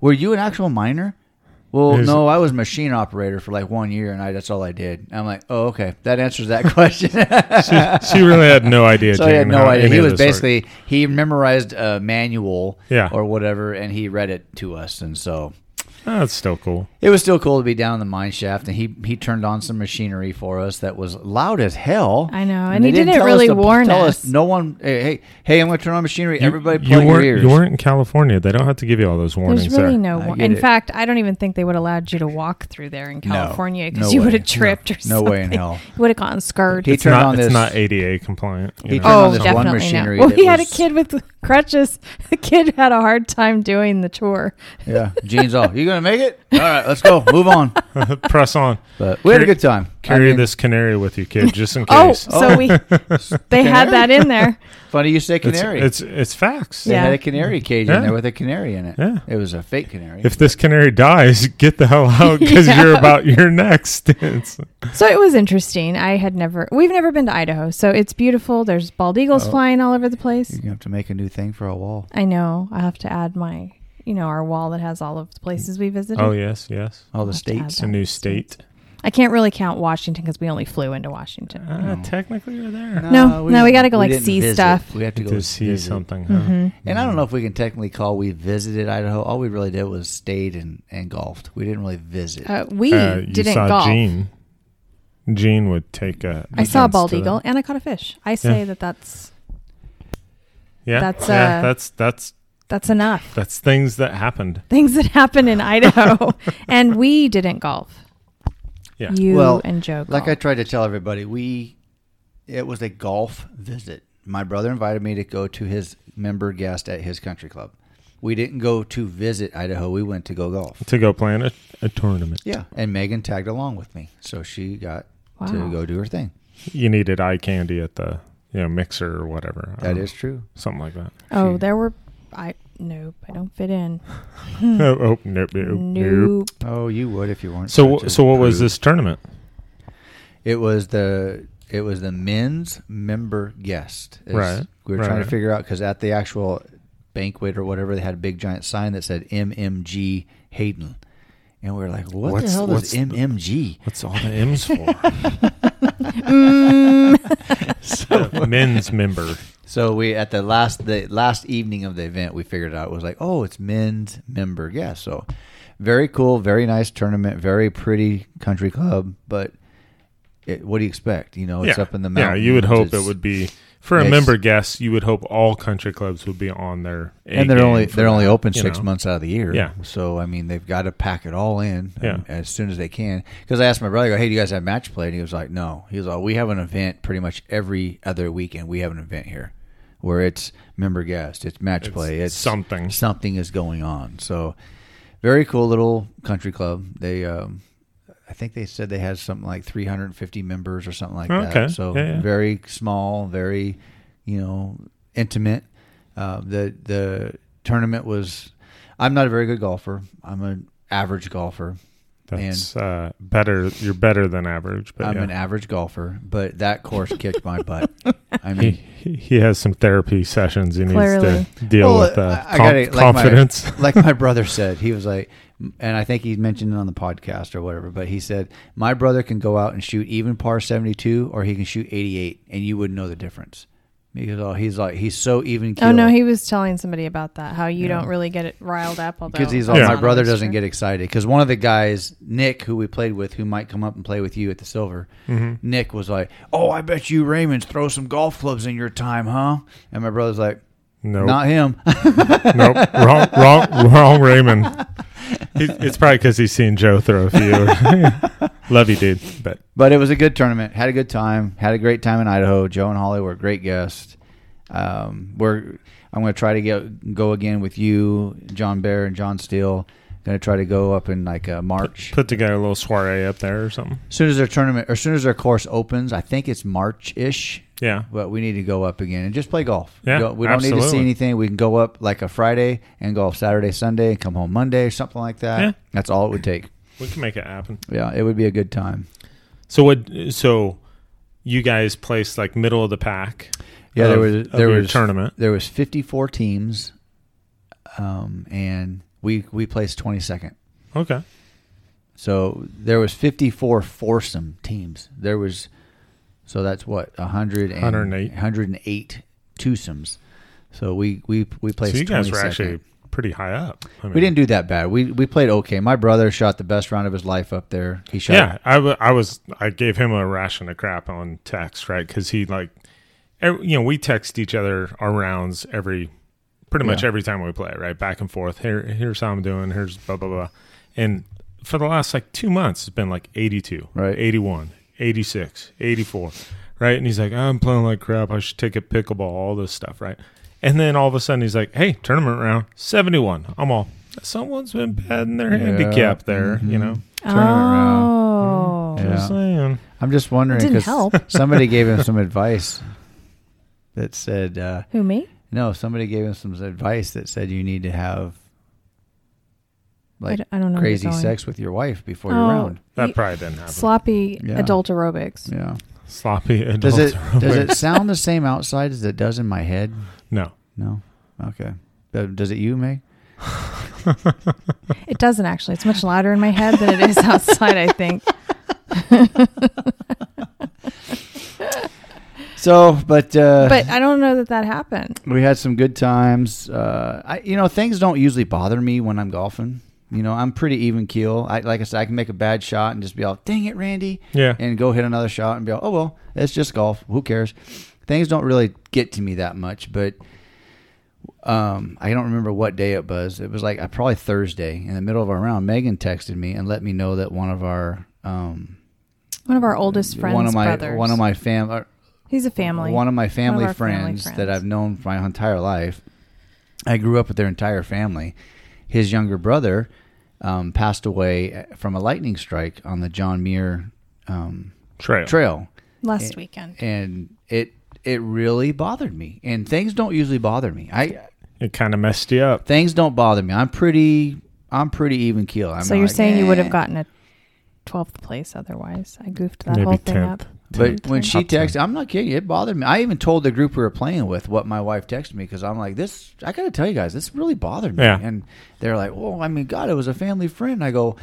[SPEAKER 1] were you an actual miner? Well,
[SPEAKER 3] Is-
[SPEAKER 1] no, I was a machine operator for like one year, and I that's all I did. I'm like, oh, okay, that answers that [laughs] question.
[SPEAKER 3] she really had no idea.
[SPEAKER 1] [laughs] so he had
[SPEAKER 3] Gene,
[SPEAKER 1] no
[SPEAKER 3] how
[SPEAKER 1] idea.
[SPEAKER 3] any
[SPEAKER 1] He
[SPEAKER 3] of
[SPEAKER 1] was
[SPEAKER 3] this worked.
[SPEAKER 1] basically he memorized a manual,
[SPEAKER 3] Yeah.
[SPEAKER 1] or whatever, and he read it to us, and so
[SPEAKER 3] Oh, that's still cool.
[SPEAKER 1] it was still cool to be down in the mine shaft, and he he turned on some machinery for us that was loud as hell.
[SPEAKER 2] I know, and he
[SPEAKER 1] they
[SPEAKER 2] didn't
[SPEAKER 1] tell
[SPEAKER 2] really
[SPEAKER 1] to-
[SPEAKER 2] warn
[SPEAKER 1] tell
[SPEAKER 2] us.
[SPEAKER 1] No one, hey, hey, hey, I'm going to turn on machinery. Everybody,
[SPEAKER 3] you
[SPEAKER 1] plug your
[SPEAKER 3] weren't,
[SPEAKER 1] ears.
[SPEAKER 3] you weren't in California. They don't have to give you all those warnings
[SPEAKER 2] There's really
[SPEAKER 3] there.
[SPEAKER 2] no.
[SPEAKER 1] I
[SPEAKER 2] Wa-
[SPEAKER 1] get
[SPEAKER 2] in
[SPEAKER 1] it.
[SPEAKER 2] fact, I don't even think they would have allowed you to walk through there in California because
[SPEAKER 1] No
[SPEAKER 2] you
[SPEAKER 1] way.
[SPEAKER 2] would have tripped or
[SPEAKER 1] No
[SPEAKER 2] something.
[SPEAKER 1] way in hell.
[SPEAKER 2] [laughs] You would have gotten scarred.
[SPEAKER 1] He
[SPEAKER 3] it's
[SPEAKER 1] turned
[SPEAKER 3] not,
[SPEAKER 1] on
[SPEAKER 3] it's
[SPEAKER 1] this.
[SPEAKER 3] not ADA compliant. you
[SPEAKER 1] He
[SPEAKER 3] know?
[SPEAKER 1] turned on
[SPEAKER 3] [laughs]
[SPEAKER 2] Oh,
[SPEAKER 1] this one
[SPEAKER 2] definitely
[SPEAKER 1] machinery
[SPEAKER 2] not. Well,
[SPEAKER 1] that
[SPEAKER 2] we had a
[SPEAKER 1] was-
[SPEAKER 2] kid with crutches. [laughs] The kid had a hard time doing the tour.
[SPEAKER 1] yeah, jeans off. You going to make it? All right, let's go. Move on. [laughs]
[SPEAKER 3] Press on.
[SPEAKER 1] But we had a
[SPEAKER 3] Carry-
[SPEAKER 1] good time. I
[SPEAKER 3] Carry
[SPEAKER 1] mean,
[SPEAKER 3] this canary with you, kid, just in
[SPEAKER 2] [laughs] Oh,
[SPEAKER 3] case.
[SPEAKER 2] so
[SPEAKER 1] [laughs]
[SPEAKER 2] we they had that in there.
[SPEAKER 1] Funny you say
[SPEAKER 3] it's,
[SPEAKER 1] canary.
[SPEAKER 3] it's it's facts.
[SPEAKER 1] they
[SPEAKER 2] Yeah.
[SPEAKER 1] had a canary cage
[SPEAKER 3] Yeah.
[SPEAKER 1] in there with a canary in it.
[SPEAKER 3] Yeah.
[SPEAKER 1] It was a fake canary.
[SPEAKER 3] If this canary dies, [laughs] get the hell
[SPEAKER 2] [laughs]
[SPEAKER 3] out because
[SPEAKER 2] Yeah.
[SPEAKER 3] you're about your next. [laughs]
[SPEAKER 2] [laughs]
[SPEAKER 3] It's-
[SPEAKER 2] So it was interesting. I had never, we've never been to Idaho, so it's beautiful. There's bald eagles
[SPEAKER 1] Oh.
[SPEAKER 2] flying all over the place.
[SPEAKER 1] You're going to have to make a new thing for a wall.
[SPEAKER 2] I know. I have to add my, you know, our wall that has all of the places we visited.
[SPEAKER 3] oh yes, yes.
[SPEAKER 1] All the
[SPEAKER 2] Have to add
[SPEAKER 1] states.
[SPEAKER 3] It's a new state.
[SPEAKER 2] I can't really count Washington because we only flew into Washington.
[SPEAKER 3] Ah, technically, you're there.
[SPEAKER 2] No, no, we
[SPEAKER 1] didn't-
[SPEAKER 2] gotta go, like,
[SPEAKER 1] didn't
[SPEAKER 2] see
[SPEAKER 1] visit.
[SPEAKER 2] stuff.
[SPEAKER 1] We have to go
[SPEAKER 3] To see
[SPEAKER 1] visit.
[SPEAKER 3] something. Huh?
[SPEAKER 2] Mm-hmm.
[SPEAKER 1] And I don't know if we can technically call we visited Idaho. All we really did was stayed and, and golfed. We didn't really visit.
[SPEAKER 2] Uh, we
[SPEAKER 3] Uh, you
[SPEAKER 2] didn't
[SPEAKER 3] saw
[SPEAKER 2] golf.
[SPEAKER 3] Gene. Gene would take a.
[SPEAKER 2] I saw a
[SPEAKER 3] offense
[SPEAKER 2] bald
[SPEAKER 3] to
[SPEAKER 2] eagle
[SPEAKER 3] that.
[SPEAKER 2] and I caught a fish. I say that that's
[SPEAKER 3] Yeah,
[SPEAKER 2] That's,
[SPEAKER 3] yeah,
[SPEAKER 2] uh,
[SPEAKER 3] that's that's
[SPEAKER 2] that's enough. [laughs]
[SPEAKER 3] that's things that happened.
[SPEAKER 2] Things that happen
[SPEAKER 3] [laughs]
[SPEAKER 2] in Idaho, and we didn't golf.
[SPEAKER 3] Yeah.
[SPEAKER 2] You
[SPEAKER 1] Well,
[SPEAKER 2] and Joe.
[SPEAKER 1] like I
[SPEAKER 2] golfed.
[SPEAKER 1] tried to tell everybody, we it was a golf visit. My brother invited me to go to his member guest at his country club. We didn't go to visit Idaho. We went to go golf.
[SPEAKER 3] to go play in a, a tournament.
[SPEAKER 1] Yeah. And Megan tagged along with me. So she got
[SPEAKER 2] Wow.
[SPEAKER 1] to go do her thing.
[SPEAKER 3] You needed eye candy at the you know mixer or whatever. I
[SPEAKER 1] That
[SPEAKER 3] don't know,
[SPEAKER 1] is true.
[SPEAKER 3] something like that.
[SPEAKER 2] Oh, there were. I nope. I don't fit in.
[SPEAKER 3] [laughs] oh, oh nope, nope, nope.
[SPEAKER 2] Hmm. Nope.
[SPEAKER 1] Oh, you would if you weren't.
[SPEAKER 3] So
[SPEAKER 1] such a
[SPEAKER 3] so what was
[SPEAKER 1] prude.
[SPEAKER 3] this
[SPEAKER 2] [laughs]
[SPEAKER 3] tournament?
[SPEAKER 1] It was the it was the men's member guest. It's-
[SPEAKER 3] Right,
[SPEAKER 1] We were trying
[SPEAKER 3] right.
[SPEAKER 1] to figure out because at the actual banquet or whatever, they had a big giant sign that said MMG Hayden, and we were like, "What
[SPEAKER 3] What's-
[SPEAKER 1] the hell
[SPEAKER 3] what's
[SPEAKER 1] is
[SPEAKER 3] the-
[SPEAKER 1] MMG?"
[SPEAKER 3] What's all the M's
[SPEAKER 1] [laughs]
[SPEAKER 3] for? Mm.
[SPEAKER 1] so,
[SPEAKER 3] Men's member.
[SPEAKER 1] so we at the last the last evening of the event, we figured out it was like, "Oh, it's men's member guest." So very cool, very nice tournament, very pretty country club, but. It, what do you expect? You know, it's up in the mountains.
[SPEAKER 3] Yeah, you would hope it
[SPEAKER 1] it's-
[SPEAKER 3] would be for a
[SPEAKER 1] Yes.
[SPEAKER 3] member guest. You would hope all country clubs would be on their A
[SPEAKER 1] and they're
[SPEAKER 3] game
[SPEAKER 1] only
[SPEAKER 3] for
[SPEAKER 1] they're
[SPEAKER 3] that,
[SPEAKER 1] only open
[SPEAKER 3] you
[SPEAKER 1] six
[SPEAKER 3] know.
[SPEAKER 1] months out of the year.
[SPEAKER 3] Yeah.
[SPEAKER 1] So I mean, they've got to pack it all in
[SPEAKER 3] Yeah.
[SPEAKER 1] um, as soon as they can. Because I asked my brother, I go, "Hey, do you guys have match play?" And he was like, "No." He was like, "We have an event pretty much every other weekend. We have an event here where it's member guest, it's match play, it's
[SPEAKER 3] something.
[SPEAKER 1] Something is going on. So very cool little country club. They. Um, I think they said they had something like 350 members or something like
[SPEAKER 3] Okay.
[SPEAKER 1] that. So
[SPEAKER 3] Yeah, yeah.
[SPEAKER 1] very small, very you know intimate. Uh, the the tournament was. I'm not a very good golfer. I'm an average golfer.
[SPEAKER 3] That's uh, better. You're better than average, but
[SPEAKER 1] I'm
[SPEAKER 3] yeah.
[SPEAKER 1] an average golfer, but that course kicked my
[SPEAKER 3] [laughs]
[SPEAKER 1] butt. I
[SPEAKER 3] he,
[SPEAKER 1] mean,
[SPEAKER 3] he he has some therapy sessions. He
[SPEAKER 2] Clearly.
[SPEAKER 3] needs to deal
[SPEAKER 1] Well,
[SPEAKER 3] with uh,
[SPEAKER 1] I- I
[SPEAKER 3] com-
[SPEAKER 1] gotta- like my-
[SPEAKER 3] confidence.
[SPEAKER 1] like my brother said, he was like, and I think he mentioned it on the podcast or whatever, but he said, My brother can go out and shoot even par 72 or he can shoot 88, and you wouldn't know the difference. Because oh, he's like, he's so even
[SPEAKER 2] Oh no, he was telling somebody about that. How you don't really get it riled up. although
[SPEAKER 1] Because he's
[SPEAKER 3] Yeah.
[SPEAKER 1] all,
[SPEAKER 2] that's
[SPEAKER 1] my
[SPEAKER 2] not
[SPEAKER 1] brother
[SPEAKER 2] always
[SPEAKER 1] doesn't
[SPEAKER 2] true.
[SPEAKER 1] get excited. Because one of the guys, Nick, who we played with, who might come up and play with you at the Silver,
[SPEAKER 3] Mm-hmm.
[SPEAKER 1] Nick was like, Oh, I bet you Raymond's throw some golf clubs in your time, huh? And my brother's like,
[SPEAKER 3] Nope.
[SPEAKER 1] Not him. [laughs]
[SPEAKER 3] nope. Wrong, wrong, wrong, Raymond. He, it's probably because he's seen Joe throw a few. [laughs] Love you, dude. But
[SPEAKER 1] But it was a good tournament. Had a good time. Had a great time in Idaho. Joe and Holly were great guests. Um, we're I'm going to try to get go again with you, John Bear and John Steele. Going to try to go up in like uh, March.
[SPEAKER 3] put together a little soiree up there or something.
[SPEAKER 1] As soon as their tournament, or as soon as their course opens, I think it's March ish.
[SPEAKER 3] Yeah.
[SPEAKER 1] But we need to go up again and just play golf.
[SPEAKER 3] Yeah,
[SPEAKER 1] we don't, we don't need to see
[SPEAKER 3] absolutely.
[SPEAKER 1] anything. We can go up like a Friday and golf Saturday, Sunday, and come home Monday, something like that.
[SPEAKER 3] Yeah.
[SPEAKER 1] That's all it would take.
[SPEAKER 3] We can make it happen.
[SPEAKER 1] Yeah, it would be a good time.
[SPEAKER 3] So what? So you guys placed like middle of the pack.
[SPEAKER 1] Yeah, there
[SPEAKER 3] of-
[SPEAKER 1] was-
[SPEAKER 3] of
[SPEAKER 1] there
[SPEAKER 3] your
[SPEAKER 1] was-
[SPEAKER 3] tournament.
[SPEAKER 1] there was 54 teams um, and we we placed 22nd
[SPEAKER 3] Okay.
[SPEAKER 1] so there was 54 foursome teams there was so that's what 100 and,
[SPEAKER 3] 108.
[SPEAKER 1] 108 twosomes so we we we placed
[SPEAKER 3] so you guys were
[SPEAKER 1] 22nd.
[SPEAKER 3] actually pretty high up. I mean,
[SPEAKER 1] we didn't do that bad we we played okay my brother shot the best round of his life up there he shot
[SPEAKER 3] Yeah, I, w- I was I gave him a ration of crap on text, right? Because he like, ev you know, we text each other our rounds every, pretty much
[SPEAKER 1] Yeah.
[SPEAKER 3] every time we play, right? Back and forth. Here, here's how I'm doing. Here's blah blah blah. And for the last like two months, it's been like 82,
[SPEAKER 1] Right.
[SPEAKER 3] 81, 86, 84, right? And he's like, I'm playing like crap. I should take a pickleball. All this stuff, right? And then all of a sudden, he's like, Hey, tournament round 71. I'm all. Someone's been bad in their handicap there, you know.
[SPEAKER 2] Oh,
[SPEAKER 1] Mm-hmm. Yeah.
[SPEAKER 3] Just saying.
[SPEAKER 1] i'm just wondering
[SPEAKER 2] It didn't
[SPEAKER 1] 'cause
[SPEAKER 2] help.
[SPEAKER 1] somebody gave him some advice that said uh,
[SPEAKER 2] who me?
[SPEAKER 1] No, somebody gave him some advice that said you need to have like
[SPEAKER 2] d- I don't know where you're
[SPEAKER 1] crazy
[SPEAKER 2] going.
[SPEAKER 1] sex with your wife before
[SPEAKER 2] Oh,
[SPEAKER 1] you're around.
[SPEAKER 3] That
[SPEAKER 2] you-
[SPEAKER 3] probably didn't happen.
[SPEAKER 2] sloppy
[SPEAKER 1] Yeah.
[SPEAKER 2] adult aerobics.
[SPEAKER 1] Yeah.
[SPEAKER 3] Sloppy adult.
[SPEAKER 1] Does it does it
[SPEAKER 3] aerobics.
[SPEAKER 1] sound the same outside as it does in my head?
[SPEAKER 3] No.
[SPEAKER 1] No. Okay. Uh, Does it you, May?
[SPEAKER 2] It doesn't actually. It's much louder in my head than
[SPEAKER 1] [laughs]
[SPEAKER 2] it is outside. I think.
[SPEAKER 1] Uh, So, but uh
[SPEAKER 2] But I don't know that that happened.
[SPEAKER 1] we had some good times. Uh I you know, things don't usually bother me when I'm golfing. You know, I'm pretty even keel. I like I said I can make a bad shot and just be all, "Dang it, Randy."
[SPEAKER 3] Yeah.
[SPEAKER 1] and go hit another shot and be like, oh well, it's just golf. Who cares? Things don't really get to me that much, but um, I don't remember what day it was. It was like uh, probably Thursday in the middle of our round. Megan texted me and let me know that one of our um,
[SPEAKER 2] One of our oldest friends'
[SPEAKER 1] one of my
[SPEAKER 2] brothers.
[SPEAKER 1] one of my fam- uh,
[SPEAKER 2] He's a family.
[SPEAKER 1] one of my family
[SPEAKER 2] our family
[SPEAKER 1] friends, that
[SPEAKER 2] friends.
[SPEAKER 1] I've known for my entire life I grew up with their entire family. His younger brother um, passed away from a lightning strike on the John Muir um,
[SPEAKER 3] Trail.
[SPEAKER 1] Trail,
[SPEAKER 2] Last weekend.
[SPEAKER 1] and it it really bothered me. And things don't usually bother me. I
[SPEAKER 3] It kind of messed you
[SPEAKER 1] [laughs]
[SPEAKER 3] up.
[SPEAKER 1] things don't bother me. I'm pretty I'm pretty even keel. I'm
[SPEAKER 2] so
[SPEAKER 1] not
[SPEAKER 2] you're
[SPEAKER 1] like,
[SPEAKER 2] saying you would have
[SPEAKER 1] "Eh."
[SPEAKER 2] gotten a 12th place otherwise. I goofed that
[SPEAKER 3] Maybe
[SPEAKER 2] whole thing
[SPEAKER 3] 10th.
[SPEAKER 2] up.
[SPEAKER 1] But when she
[SPEAKER 3] Top ten.
[SPEAKER 1] texted, I'm not kidding. It bothered me. I even told the group we were playing with what my wife texted me because I'm like, this. I gotta tell you guys, this really bothered me.
[SPEAKER 3] Yeah.
[SPEAKER 1] And they're like, well, I mean, God, it was a family friend. I go,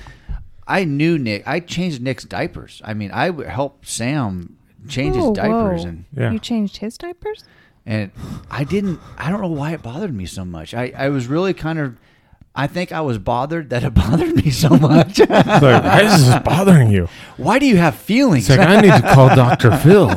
[SPEAKER 1] I knew Nick. I changed Nick's diapers. I mean, I would help Sam change
[SPEAKER 2] Whoa,
[SPEAKER 1] his diapers
[SPEAKER 2] whoa.
[SPEAKER 1] and
[SPEAKER 3] Yeah.
[SPEAKER 2] You changed his diapers?
[SPEAKER 1] and I didn't. I don't know why it bothered me so much. I I was really kind of. I think I was bothered that it [laughs] bothered me so much.
[SPEAKER 3] It's like, why is this bothering you?
[SPEAKER 1] why do you have feelings?
[SPEAKER 3] It's like, I need to call Dr. Phil.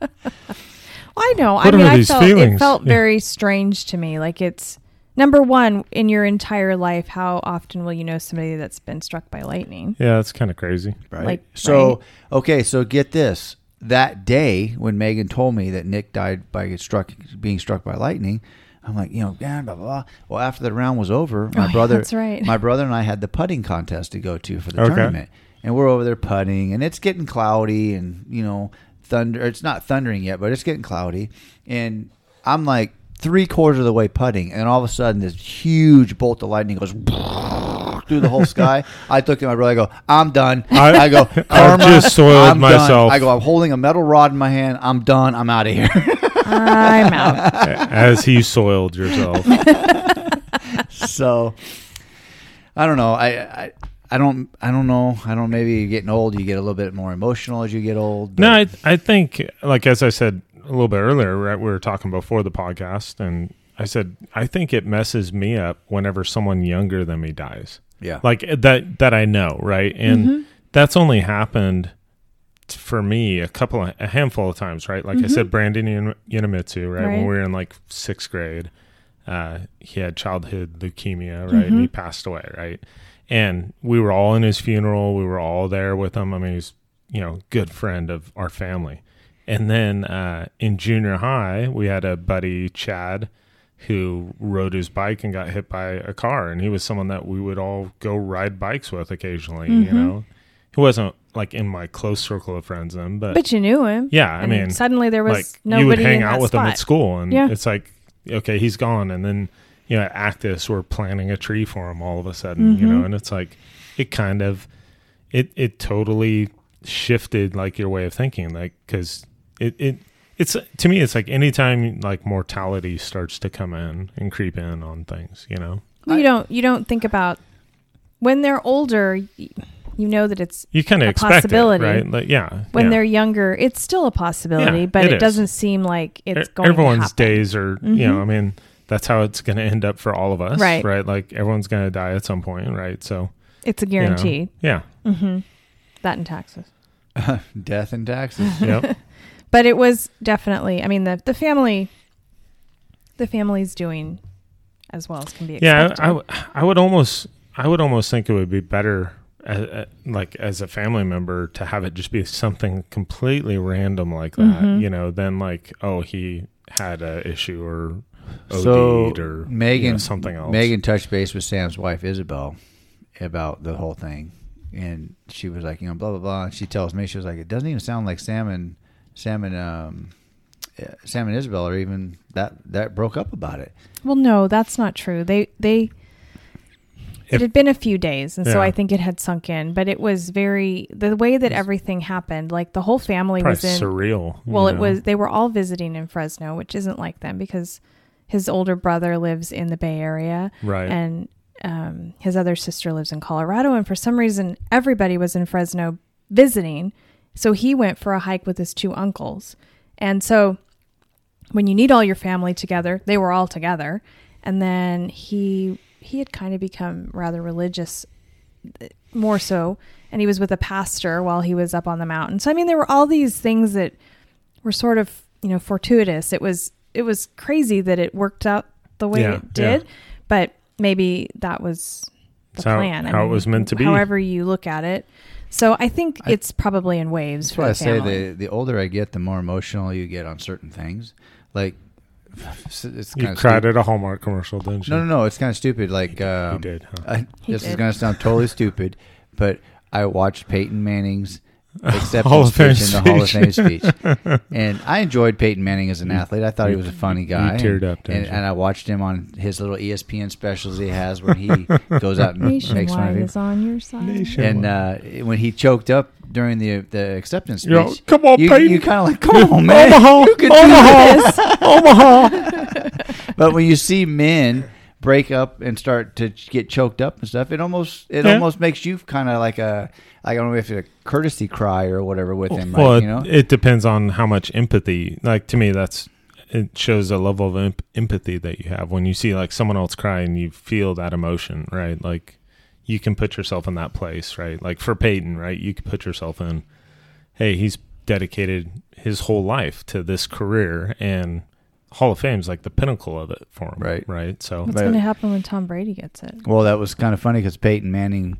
[SPEAKER 2] Well, I know. I
[SPEAKER 3] What
[SPEAKER 2] mean,
[SPEAKER 3] are
[SPEAKER 2] I
[SPEAKER 3] these
[SPEAKER 2] felt it
[SPEAKER 3] feelings?
[SPEAKER 2] felt
[SPEAKER 3] Yeah.
[SPEAKER 2] very strange to me. Like it's number one in your entire life. How often will you know somebody that's been struck by lightning?
[SPEAKER 3] [laughs] Yeah, that's kind of crazy.
[SPEAKER 1] Right.
[SPEAKER 2] Like,
[SPEAKER 1] so, okay, so get this. That day when Megan told me that Nick died by get struck being struck by lightning, I'm like, you know, blah, blah, blah. Well, after the round was over,
[SPEAKER 2] Oh,
[SPEAKER 1] my
[SPEAKER 2] yeah,
[SPEAKER 1] brother,
[SPEAKER 2] that's right.
[SPEAKER 1] my brother and I had the putting contest to go to for the
[SPEAKER 3] Okay.
[SPEAKER 1] tournament, and we're over there putting, and it's getting cloudy, and you know, thunder. It's not thundering yet, but it's getting cloudy, and I'm like three quarters of the way putting, and all of a sudden this huge bolt of lightning goes through the whole sky. I look at my brother. I go, I'm done. I,
[SPEAKER 3] [laughs]
[SPEAKER 1] go, karma.
[SPEAKER 3] just soiled
[SPEAKER 1] I'm done."
[SPEAKER 3] myself.
[SPEAKER 1] I go, I'm holding a metal rod in my hand. I'm done. I'm out of here. [laughs]
[SPEAKER 2] I'm out.
[SPEAKER 3] As he soiled yourself.
[SPEAKER 1] so I don't know. I, I I don't I don't know. I don't. Maybe you're getting old. You get a little bit more emotional as you get old.
[SPEAKER 3] No,
[SPEAKER 1] but-
[SPEAKER 3] I, I think, like, as I said a little bit earlier, right, we were talking before the podcast, and I said, I think it messes me up whenever someone younger than me dies.
[SPEAKER 1] yeah.
[SPEAKER 3] Like, eh, that, that I know, right? And that's only happened t- for me a couple, of, a handful of times, right? Like I said, Brandon Yan- Yanamitsu, right? When
[SPEAKER 2] Right.
[SPEAKER 3] we were in like sixth grade, uh, he had childhood leukemia, right? And he passed away, right? And we were all in his funeral. We were all there with him. I mean, he's you know good friend of our family. And then uh, in junior high, we had a buddy Chad who rode his bike and got hit by a car, and he was someone that we would all go ride bikes with occasionally. You know, he wasn't like in my close circle of friends then, but,
[SPEAKER 2] But you knew him.
[SPEAKER 3] yeah, I
[SPEAKER 2] And
[SPEAKER 3] mean,
[SPEAKER 2] suddenly there was
[SPEAKER 3] like
[SPEAKER 2] nobody
[SPEAKER 3] you would hang
[SPEAKER 2] in
[SPEAKER 3] out
[SPEAKER 2] that
[SPEAKER 3] with him
[SPEAKER 2] spot.
[SPEAKER 3] at school and
[SPEAKER 2] Yeah.
[SPEAKER 3] it's like okay he's gone and then you know at actus we're planting a tree for him all of a sudden you
[SPEAKER 2] Mm-hmm.
[SPEAKER 3] know and it's like it kind of it it totally shifted like your way of thinking like because it it it's to me it's like anytime like mortality starts to come in and creep in on things you know
[SPEAKER 2] You don't. You don't think about when they're older. y- You know that it's
[SPEAKER 3] you kind
[SPEAKER 2] A
[SPEAKER 3] of expect it
[SPEAKER 2] possibility.
[SPEAKER 3] right like yeah
[SPEAKER 2] when
[SPEAKER 3] yeah.
[SPEAKER 2] they're younger. It's still a possibility,
[SPEAKER 3] Yeah,
[SPEAKER 2] but
[SPEAKER 3] it
[SPEAKER 2] it,
[SPEAKER 3] is.
[SPEAKER 2] doesn't seem like it's
[SPEAKER 3] E-
[SPEAKER 2] going. to
[SPEAKER 3] everyone's
[SPEAKER 2] happen. Mm-hmm.
[SPEAKER 3] days are you know i mean that's how it's going to end up for all of us
[SPEAKER 2] Right.
[SPEAKER 3] right like everyone's going to die at some point right so
[SPEAKER 2] It's a Mm-hmm.
[SPEAKER 3] you know,
[SPEAKER 2] guarantee. [laughs]
[SPEAKER 3] yeah
[SPEAKER 2] That in taxes.
[SPEAKER 1] Death and taxes.
[SPEAKER 3] yep
[SPEAKER 2] but it was definitely i mean the, the family the family's doing as well as can be
[SPEAKER 3] yeah
[SPEAKER 2] expected
[SPEAKER 3] I, I, w- I would almost i would almost think it would be better uh, uh, like as a family member to have it just be something completely random like that
[SPEAKER 2] Mm-hmm.
[SPEAKER 3] you know than like oh he had a issue or OD'd
[SPEAKER 1] so
[SPEAKER 3] or you know,
[SPEAKER 1] Megan
[SPEAKER 3] something else
[SPEAKER 1] Megan touched base with Sam's wife Isabel about the whole thing, and she was like, you know, blah blah blah. And she tells me she was like, it doesn't even sound like Sam and Sam and um, eh, Sam and Isabel are even that that broke up about it.
[SPEAKER 2] well no that's not true they they
[SPEAKER 3] If-
[SPEAKER 2] it had been a few days and so
[SPEAKER 3] Yeah.
[SPEAKER 2] i think it had sunk in but it was very the way that everything happened like the whole family
[SPEAKER 3] probably
[SPEAKER 2] was in
[SPEAKER 3] surreal you
[SPEAKER 2] well it
[SPEAKER 3] know?
[SPEAKER 2] was they were all visiting in fresno which isn't like them because his older brother lives in the bay area
[SPEAKER 3] right
[SPEAKER 2] and um, his other sister lives in Colorado. And for some reason, everybody was in Fresno visiting. So he went for a hike with his two uncles. And so when you need all your family together, they were all together. And then he he had kind of become rather religious, eh, more so, and he was with a pastor while he was up on the mountain. So I mean, there were all these things that were sort of you know fortuitous. It was it was crazy that it worked out the way
[SPEAKER 3] Yeah,
[SPEAKER 2] it did, but maybe that was the
[SPEAKER 3] It's how-
[SPEAKER 2] plan.
[SPEAKER 3] how it was meant to be.
[SPEAKER 2] However you look at it. So I think
[SPEAKER 1] I-
[SPEAKER 2] it's probably in waves
[SPEAKER 1] That's
[SPEAKER 2] for
[SPEAKER 1] why I
[SPEAKER 2] the
[SPEAKER 1] say
[SPEAKER 2] family.
[SPEAKER 1] the the older I get, the more emotional you get on certain things. Like [sighs] it's
[SPEAKER 3] You
[SPEAKER 1] kind of
[SPEAKER 3] cried at a Hallmark commercial, didn't you?
[SPEAKER 1] No, no, no. It's kind of stupid. Like um,
[SPEAKER 3] you did, huh?
[SPEAKER 1] I,
[SPEAKER 2] He
[SPEAKER 1] this is
[SPEAKER 2] did.
[SPEAKER 1] going to sound totally stupid, but I watched Peyton Manning's acceptance
[SPEAKER 3] [laughs] Hall of Fame
[SPEAKER 1] speech in the Hall of Fame
[SPEAKER 3] speech.
[SPEAKER 1] speech,
[SPEAKER 3] [laughs]
[SPEAKER 1] and I enjoyed Peyton Manning as an athlete. I thought he was a funny guy.
[SPEAKER 3] teared up, didn't
[SPEAKER 1] and,
[SPEAKER 3] you?
[SPEAKER 1] and I watched him on his little E ESPN specials he has where
[SPEAKER 3] [laughs]
[SPEAKER 1] he goes out and makes fun of
[SPEAKER 2] Nationwide
[SPEAKER 1] him.
[SPEAKER 2] is on your side.
[SPEAKER 3] Nation-
[SPEAKER 1] And uh, when he choked up during the the acceptance speech,
[SPEAKER 3] Yo, come on,
[SPEAKER 1] you,
[SPEAKER 3] Peyton.
[SPEAKER 1] you kind of like, come on, man,
[SPEAKER 3] Omaha,
[SPEAKER 1] you can do
[SPEAKER 3] Omaha, [laughs] Omaha.
[SPEAKER 1] [laughs] but when you see men break up and start to ch- get choked up and stuff, it almost it
[SPEAKER 3] Yeah.
[SPEAKER 1] almost makes you kind of like a I don't know if it's a courtesy cry or whatever with him, like,
[SPEAKER 3] Well,
[SPEAKER 1] you know.
[SPEAKER 3] it, it depends on how much empathy. Like to me, that's it shows a level of imp- empathy that you have when you see like someone else cry and you feel that emotion, right? Like you can put yourself in that place, right? Like for Peyton, right? You could put yourself in. Hey, he's dedicated his whole life to this career, and Hall of Fame's like the pinnacle of it for him,
[SPEAKER 1] Right.
[SPEAKER 3] Right. So
[SPEAKER 2] What's
[SPEAKER 1] But-
[SPEAKER 2] going to happen when Tom Brady gets it?
[SPEAKER 1] well, that was kind of funny because Peyton Manning.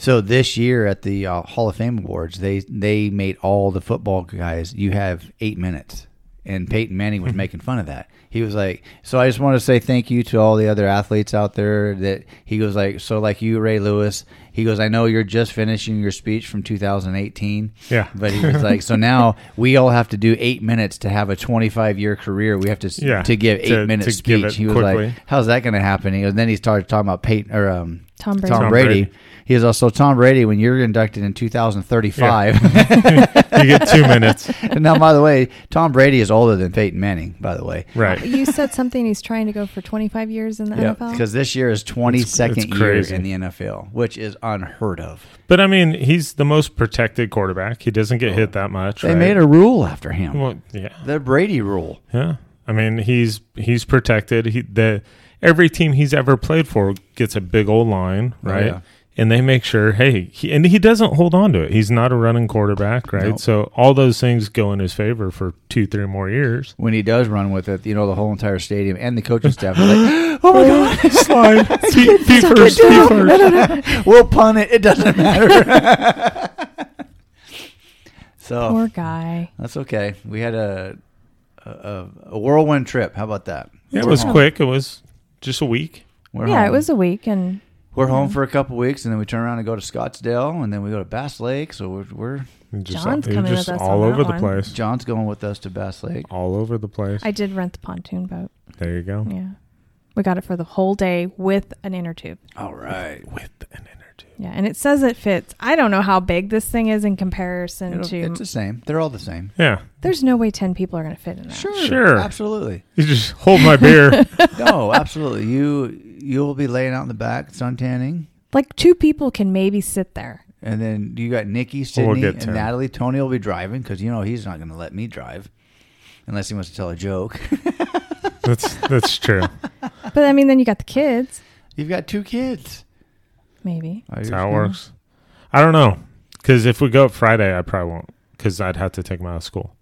[SPEAKER 1] So this year at the uh, Hall of Fame Awards, they they made all the football guys. You have eight minutes, and Peyton Manning
[SPEAKER 3] [laughs]
[SPEAKER 1] was making fun of that. He was like, "So I just want to say thank you to all the other athletes out there." That he goes like, "So like you, Ray Lewis." He goes, "I know you're just finishing your speech from 2018."
[SPEAKER 3] yeah,
[SPEAKER 1] But he was like, so
[SPEAKER 3] [laughs]
[SPEAKER 1] now we all have to do eight minutes to have a 25 year career. We have to
[SPEAKER 3] Yeah,
[SPEAKER 1] to give eight
[SPEAKER 3] to-
[SPEAKER 1] minutes
[SPEAKER 3] to give
[SPEAKER 1] speech.
[SPEAKER 3] it
[SPEAKER 1] He was
[SPEAKER 3] quickly.
[SPEAKER 1] like, how's that going to happen? He goes, then he started talking about Peyton or um,
[SPEAKER 2] Tom Brady.
[SPEAKER 1] Tom,
[SPEAKER 3] Tom
[SPEAKER 1] Brady.
[SPEAKER 3] Brady.
[SPEAKER 1] He was also Tom Brady when you're inducted in 2035.
[SPEAKER 3] you get two minutes,
[SPEAKER 1] [laughs] and now, by the way, Tom Brady is older than Peyton Manning. By the way, [laughs]
[SPEAKER 3] right?
[SPEAKER 2] You said something. He's trying to go for 25 years in the NFL.
[SPEAKER 1] because this year is 22nd
[SPEAKER 3] It's- it's
[SPEAKER 1] year
[SPEAKER 3] crazy.
[SPEAKER 1] in the NFL, which is unheard of.
[SPEAKER 3] But I mean, he's the most protected quarterback. He doesn't get hit that much.
[SPEAKER 1] They
[SPEAKER 3] right?
[SPEAKER 1] made a rule after him,
[SPEAKER 3] well, yeah.
[SPEAKER 1] the Brady rule.
[SPEAKER 3] Yeah, I mean he's he's protected. He the every team he's ever played for gets a big old line,
[SPEAKER 1] Oh,
[SPEAKER 3] right?
[SPEAKER 1] yeah.
[SPEAKER 3] And they make sure, hey, he, and he doesn't hold on to it. He's not a running quarterback, right?
[SPEAKER 1] Nope.
[SPEAKER 3] So all those things go in his favor for two, three more years.
[SPEAKER 1] When he does run with it, you know, the whole entire stadium and the coaching staff are
[SPEAKER 3] [gasps]
[SPEAKER 1] like, oh my God.
[SPEAKER 3] [laughs]
[SPEAKER 2] [laughs]
[SPEAKER 3] Slide, feet, feet first, feet first. [laughs]
[SPEAKER 1] We'll pun it. It doesn't matter. [laughs] so
[SPEAKER 2] Poor guy.
[SPEAKER 1] that's okay. We had a, a a whirlwind trip. How about that?
[SPEAKER 3] Yeah, it
[SPEAKER 1] We're
[SPEAKER 3] was
[SPEAKER 1] home.
[SPEAKER 3] quick. It was just a week.
[SPEAKER 1] We're
[SPEAKER 2] yeah,
[SPEAKER 1] home.
[SPEAKER 2] it was a week, and
[SPEAKER 1] We're home for a couple weeks, and then we turn around and go to Scottsdale, and then we go to Bass Lake. So we're, we're
[SPEAKER 3] It Just,
[SPEAKER 2] John's
[SPEAKER 3] it was
[SPEAKER 2] coming
[SPEAKER 3] just
[SPEAKER 2] with us
[SPEAKER 3] all
[SPEAKER 2] on
[SPEAKER 3] over
[SPEAKER 2] that
[SPEAKER 3] the
[SPEAKER 2] one.
[SPEAKER 3] place.
[SPEAKER 1] John's going with us to Bass Lake.
[SPEAKER 3] All over the place.
[SPEAKER 2] I did rent the pontoon boat.
[SPEAKER 3] there you go.
[SPEAKER 2] Yeah, we got it for the whole day with an inner tube.
[SPEAKER 1] All right,
[SPEAKER 3] With an inner tube.
[SPEAKER 2] Yeah, and it says it fits. I don't know how big this thing is in comparison
[SPEAKER 1] It'll-
[SPEAKER 2] to.
[SPEAKER 1] it's the same. They're all the same.
[SPEAKER 3] Yeah,
[SPEAKER 2] there's no way ten people are going to fit in that.
[SPEAKER 3] Sure.
[SPEAKER 1] absolutely.
[SPEAKER 3] you just hold my
[SPEAKER 2] [laughs]
[SPEAKER 3] beer.
[SPEAKER 1] No, [laughs] absolutely. You you will be laying out in the back, sun tanning.
[SPEAKER 2] Like two people can maybe sit there.
[SPEAKER 1] And then you got Nikki,
[SPEAKER 3] Well, we'll
[SPEAKER 1] Sydney,
[SPEAKER 3] get
[SPEAKER 1] and
[SPEAKER 3] to him.
[SPEAKER 1] Natalie. Tony will be driving because you know he's not going to let me drive unless he wants to tell a joke.
[SPEAKER 3] that's that's true.
[SPEAKER 2] But I mean, then you got the kids.
[SPEAKER 1] You've got two kids.
[SPEAKER 2] Maybe
[SPEAKER 3] That's how it works. I don't know. Because if we go up Friday, I probably won't. Because I'd have to take them out of school.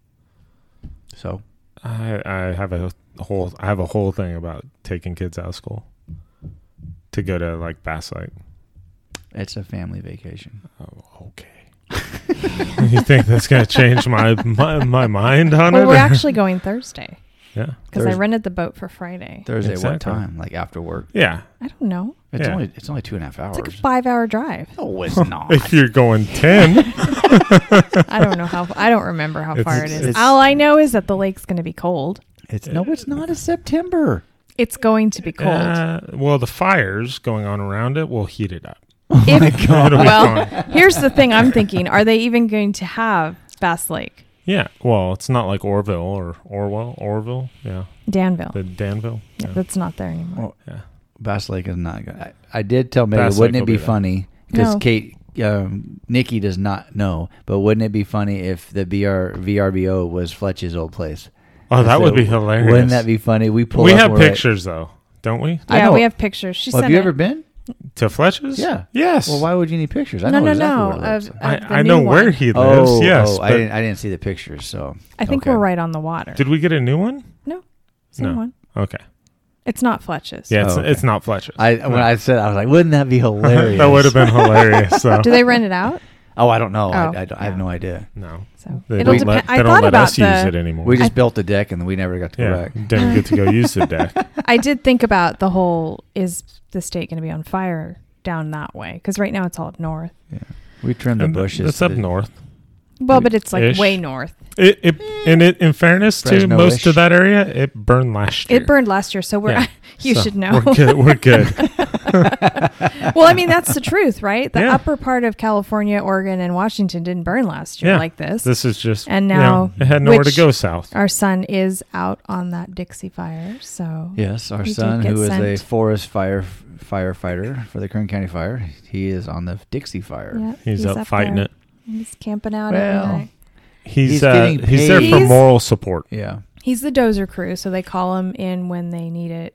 [SPEAKER 1] So
[SPEAKER 3] I, I have a whole I have a whole thing about taking kids out of school to go to like Bass Lake.
[SPEAKER 1] it's a family vacation.
[SPEAKER 3] Oh, okay. [laughs] you think that's gonna change my my, my mind on
[SPEAKER 2] Well,
[SPEAKER 3] it? [laughs]
[SPEAKER 2] we're actually going Thursday
[SPEAKER 3] yeah,
[SPEAKER 2] because I
[SPEAKER 1] Thursday.
[SPEAKER 2] rented the boat for Friday.
[SPEAKER 1] Thursday, what
[SPEAKER 3] Exactly.
[SPEAKER 1] time? Like after work?
[SPEAKER 3] yeah.
[SPEAKER 2] I don't know.
[SPEAKER 1] It's
[SPEAKER 3] Yeah.
[SPEAKER 1] only it's only two and a half hours.
[SPEAKER 2] It's like a five-hour drive.
[SPEAKER 1] no, it's
[SPEAKER 3] [laughs]
[SPEAKER 1] not.
[SPEAKER 3] If you're going ten,
[SPEAKER 2] I don't know how. I don't remember how
[SPEAKER 3] It's-
[SPEAKER 2] far it is.
[SPEAKER 1] it's-
[SPEAKER 2] All I know is that the lake's going to be cold.
[SPEAKER 1] it's no, it's not. It's September.
[SPEAKER 2] It's going to be [laughs]
[SPEAKER 3] [laughs]
[SPEAKER 2] cold.
[SPEAKER 3] uh, well, the fires going on around it will heat it up.
[SPEAKER 2] if,
[SPEAKER 3] It'll be
[SPEAKER 2] well,
[SPEAKER 3] fine.
[SPEAKER 2] here's the thing. I'm thinking: Are they even going to have Bass Lake,
[SPEAKER 3] yeah. Well, it's not like Orville or Orwell, Orville. Yeah,
[SPEAKER 2] Danville?
[SPEAKER 3] the Danville.
[SPEAKER 2] Yeah, that's not there anymore.
[SPEAKER 1] Well,
[SPEAKER 3] Yeah.
[SPEAKER 1] Bass Lake is not good. I, I did tell Megan,
[SPEAKER 3] Bass Lake
[SPEAKER 1] wouldn't
[SPEAKER 3] will
[SPEAKER 1] it be
[SPEAKER 3] be there.
[SPEAKER 1] funny? Because
[SPEAKER 2] No.
[SPEAKER 1] Kate, um, Nikki does not know, but wouldn't it be funny if the BR, VRBO was Fletch's old place?
[SPEAKER 3] Oh, that
[SPEAKER 1] So,
[SPEAKER 3] would be hilarious.
[SPEAKER 1] Wouldn't that be funny? We pull.
[SPEAKER 3] we
[SPEAKER 1] up,
[SPEAKER 3] have
[SPEAKER 1] we're like-
[SPEAKER 3] pictures though, don't we?
[SPEAKER 1] I
[SPEAKER 2] yeah,
[SPEAKER 1] know-
[SPEAKER 2] we have pictures. She
[SPEAKER 1] Well, have
[SPEAKER 2] sent.
[SPEAKER 1] you
[SPEAKER 2] it.
[SPEAKER 1] ever been?
[SPEAKER 3] To Fletcher's?
[SPEAKER 1] Yeah.
[SPEAKER 3] Yes.
[SPEAKER 1] Well, why would you need pictures? I
[SPEAKER 2] no,
[SPEAKER 1] know
[SPEAKER 2] no,
[SPEAKER 1] exactly
[SPEAKER 2] no.
[SPEAKER 1] Where it lives.
[SPEAKER 2] Of, of
[SPEAKER 3] I,
[SPEAKER 2] the
[SPEAKER 3] I
[SPEAKER 2] new
[SPEAKER 3] know
[SPEAKER 2] one.
[SPEAKER 3] where he lives.
[SPEAKER 1] Oh,
[SPEAKER 3] yes.
[SPEAKER 1] oh, I
[SPEAKER 3] but
[SPEAKER 1] didn't. I didn't see the pictures. So
[SPEAKER 2] I think
[SPEAKER 1] okay.
[SPEAKER 2] we're right on the water.
[SPEAKER 3] did we get a new one?
[SPEAKER 2] Same
[SPEAKER 3] no.
[SPEAKER 2] one.
[SPEAKER 3] Okay.
[SPEAKER 2] It's not Fletch's.
[SPEAKER 3] Yeah, it's,
[SPEAKER 1] Oh, okay.
[SPEAKER 3] it's not Fletcher's. [laughs]
[SPEAKER 1] I when I said I was like, wouldn't that be hilarious?
[SPEAKER 2] [laughs]
[SPEAKER 3] that would have been hilarious. though.
[SPEAKER 2] Do they rent it out?
[SPEAKER 1] [laughs] Oh, I don't know. I,
[SPEAKER 2] Oh.
[SPEAKER 1] I, don't- I have no idea.
[SPEAKER 3] No,
[SPEAKER 2] So
[SPEAKER 3] they
[SPEAKER 2] it'll
[SPEAKER 3] don't
[SPEAKER 2] depend.
[SPEAKER 3] let, they
[SPEAKER 2] I
[SPEAKER 3] don't
[SPEAKER 2] thought
[SPEAKER 3] let
[SPEAKER 2] about
[SPEAKER 3] us use
[SPEAKER 2] the.
[SPEAKER 3] it anymore.
[SPEAKER 1] We just built the deck and we never got to go
[SPEAKER 3] yeah,
[SPEAKER 1] back.
[SPEAKER 3] didn't get to go use
[SPEAKER 1] [laughs]
[SPEAKER 3] the deck.
[SPEAKER 2] [laughs] I did think about the whole: is the state going to be on fire down that way? Because right now it's all up north.
[SPEAKER 1] We trimmed the
[SPEAKER 3] And
[SPEAKER 1] bushes.
[SPEAKER 3] That's up
[SPEAKER 1] The-
[SPEAKER 3] north.
[SPEAKER 2] Well, but it's like
[SPEAKER 3] Ish.
[SPEAKER 2] way north.
[SPEAKER 3] It, it and it in fairness to
[SPEAKER 1] Fresno-ish.
[SPEAKER 3] most of that area, it burned last year.
[SPEAKER 2] It burned last year, so we're.
[SPEAKER 3] Yeah.
[SPEAKER 2] [laughs] you
[SPEAKER 3] So
[SPEAKER 2] should know.
[SPEAKER 3] We're good. We're
[SPEAKER 2] [laughs]
[SPEAKER 3] good.
[SPEAKER 2] well, I mean, that's the truth, right? The
[SPEAKER 3] Yeah.
[SPEAKER 2] upper part of California, Oregon, and Washington didn't burn last year
[SPEAKER 3] Yeah.
[SPEAKER 2] like this.
[SPEAKER 3] this is just
[SPEAKER 2] And
[SPEAKER 3] you
[SPEAKER 2] now-
[SPEAKER 3] know, it had nowhere
[SPEAKER 2] which-
[SPEAKER 3] to go south.
[SPEAKER 2] Our son is out on that Dixie fire, so
[SPEAKER 1] Yes, our
[SPEAKER 2] We did
[SPEAKER 1] son,
[SPEAKER 2] get
[SPEAKER 1] who is
[SPEAKER 2] sent.
[SPEAKER 1] a forest fire firefighter for the Kern County Fire, he is on the Dixie Fire.
[SPEAKER 2] Yep,
[SPEAKER 3] He's, up, fighting
[SPEAKER 2] there.
[SPEAKER 3] it.
[SPEAKER 2] He's camping out.
[SPEAKER 1] Well.
[SPEAKER 2] Well.
[SPEAKER 3] He's
[SPEAKER 1] He's
[SPEAKER 3] uh,
[SPEAKER 1] getting
[SPEAKER 3] he's there
[SPEAKER 2] paid.
[SPEAKER 3] for
[SPEAKER 2] He's-
[SPEAKER 3] moral support.
[SPEAKER 1] Yeah.
[SPEAKER 2] He's the dozer crew, so they call him in when they need it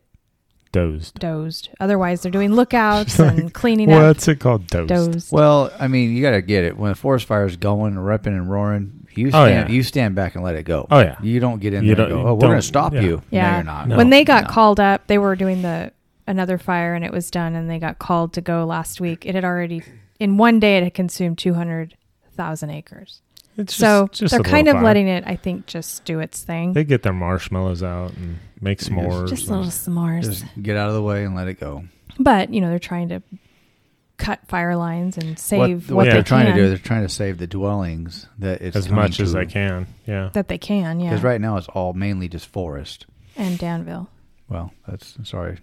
[SPEAKER 3] Dozed.
[SPEAKER 2] dozed. Otherwise, they're doing lookouts
[SPEAKER 3] She's like,
[SPEAKER 2] and cleaning up.
[SPEAKER 3] What's it called? Dozed.
[SPEAKER 2] Dozed.
[SPEAKER 1] Well, I mean, you got to get it when the forest fire is going, repping and roaring. You
[SPEAKER 3] Oh,
[SPEAKER 1] stand,
[SPEAKER 3] yeah.
[SPEAKER 1] you stand back and let it go.
[SPEAKER 3] Oh yeah.
[SPEAKER 1] You don't get in
[SPEAKER 3] You
[SPEAKER 1] there and
[SPEAKER 3] don't-
[SPEAKER 1] go,
[SPEAKER 3] you
[SPEAKER 1] oh, we're going
[SPEAKER 3] don't-
[SPEAKER 1] to stop
[SPEAKER 3] yeah.
[SPEAKER 1] you.
[SPEAKER 2] Yeah.
[SPEAKER 1] No, you're not.
[SPEAKER 3] No.
[SPEAKER 2] When they got
[SPEAKER 1] No.
[SPEAKER 2] called up, they were doing the another fire, and it was done, and they got called to go last week. It had already in one day it had consumed two hundred thousand acres.
[SPEAKER 3] It's
[SPEAKER 2] so
[SPEAKER 3] just- just a
[SPEAKER 2] they're
[SPEAKER 3] little
[SPEAKER 2] kind of
[SPEAKER 3] fire.
[SPEAKER 2] letting it, I think, just do its thing.
[SPEAKER 3] They get their marshmallows out and make
[SPEAKER 1] Yes.
[SPEAKER 3] s'mores.
[SPEAKER 2] just
[SPEAKER 3] and-
[SPEAKER 2] little s'mores.
[SPEAKER 1] Just get out of the way and let it go.
[SPEAKER 2] But you know, they're trying to cut fire lines and save
[SPEAKER 1] what
[SPEAKER 2] what,
[SPEAKER 1] what
[SPEAKER 2] they
[SPEAKER 1] they're trying
[SPEAKER 2] can,
[SPEAKER 1] to do, they're trying to save the dwellings that it's
[SPEAKER 3] as
[SPEAKER 1] coming
[SPEAKER 3] much as
[SPEAKER 1] to.
[SPEAKER 3] I can. Yeah.
[SPEAKER 2] that they can, yeah.
[SPEAKER 1] Because right now it's all mainly just forest.
[SPEAKER 2] And Danville.
[SPEAKER 1] Well, that's sorry,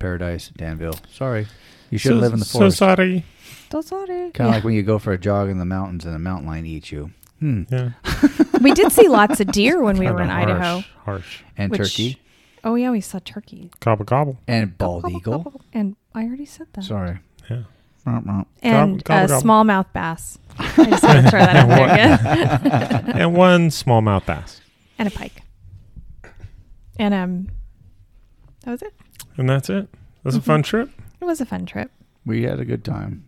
[SPEAKER 1] Paradise, Danville. Sorry, you shouldn't live in the
[SPEAKER 3] so
[SPEAKER 1] forest.
[SPEAKER 3] sorry.
[SPEAKER 2] That's all right.
[SPEAKER 1] kind of like when you go for a jog in the mountains and a mountain lion eats you. Hmm.
[SPEAKER 3] Yeah.
[SPEAKER 2] we did see
[SPEAKER 3] [laughs]
[SPEAKER 2] lots of deer when we
[SPEAKER 3] Kinda
[SPEAKER 2] were in
[SPEAKER 3] harsh,
[SPEAKER 2] Idaho.
[SPEAKER 3] Harsh.
[SPEAKER 1] And
[SPEAKER 2] which-
[SPEAKER 1] turkey
[SPEAKER 2] Oh yeah, we saw turkey.
[SPEAKER 3] Cobble cobble.
[SPEAKER 1] and bald
[SPEAKER 2] [laughs] Gobble,
[SPEAKER 1] eagle.
[SPEAKER 2] gobble. And I already said that.
[SPEAKER 1] Sorry.
[SPEAKER 3] Yeah.
[SPEAKER 1] Romp, romp.
[SPEAKER 2] And
[SPEAKER 3] Gobble,
[SPEAKER 2] uh,
[SPEAKER 3] gobble,
[SPEAKER 2] smallmouth
[SPEAKER 3] [laughs]
[SPEAKER 2] bass. I just want to throw that out there again.
[SPEAKER 3] and one smallmouth bass.
[SPEAKER 2] And a pike. And um, that was it.
[SPEAKER 3] And that's it. That's
[SPEAKER 2] Mm-hmm.
[SPEAKER 3] a fun trip.
[SPEAKER 2] It was a fun trip.
[SPEAKER 1] We had a good time.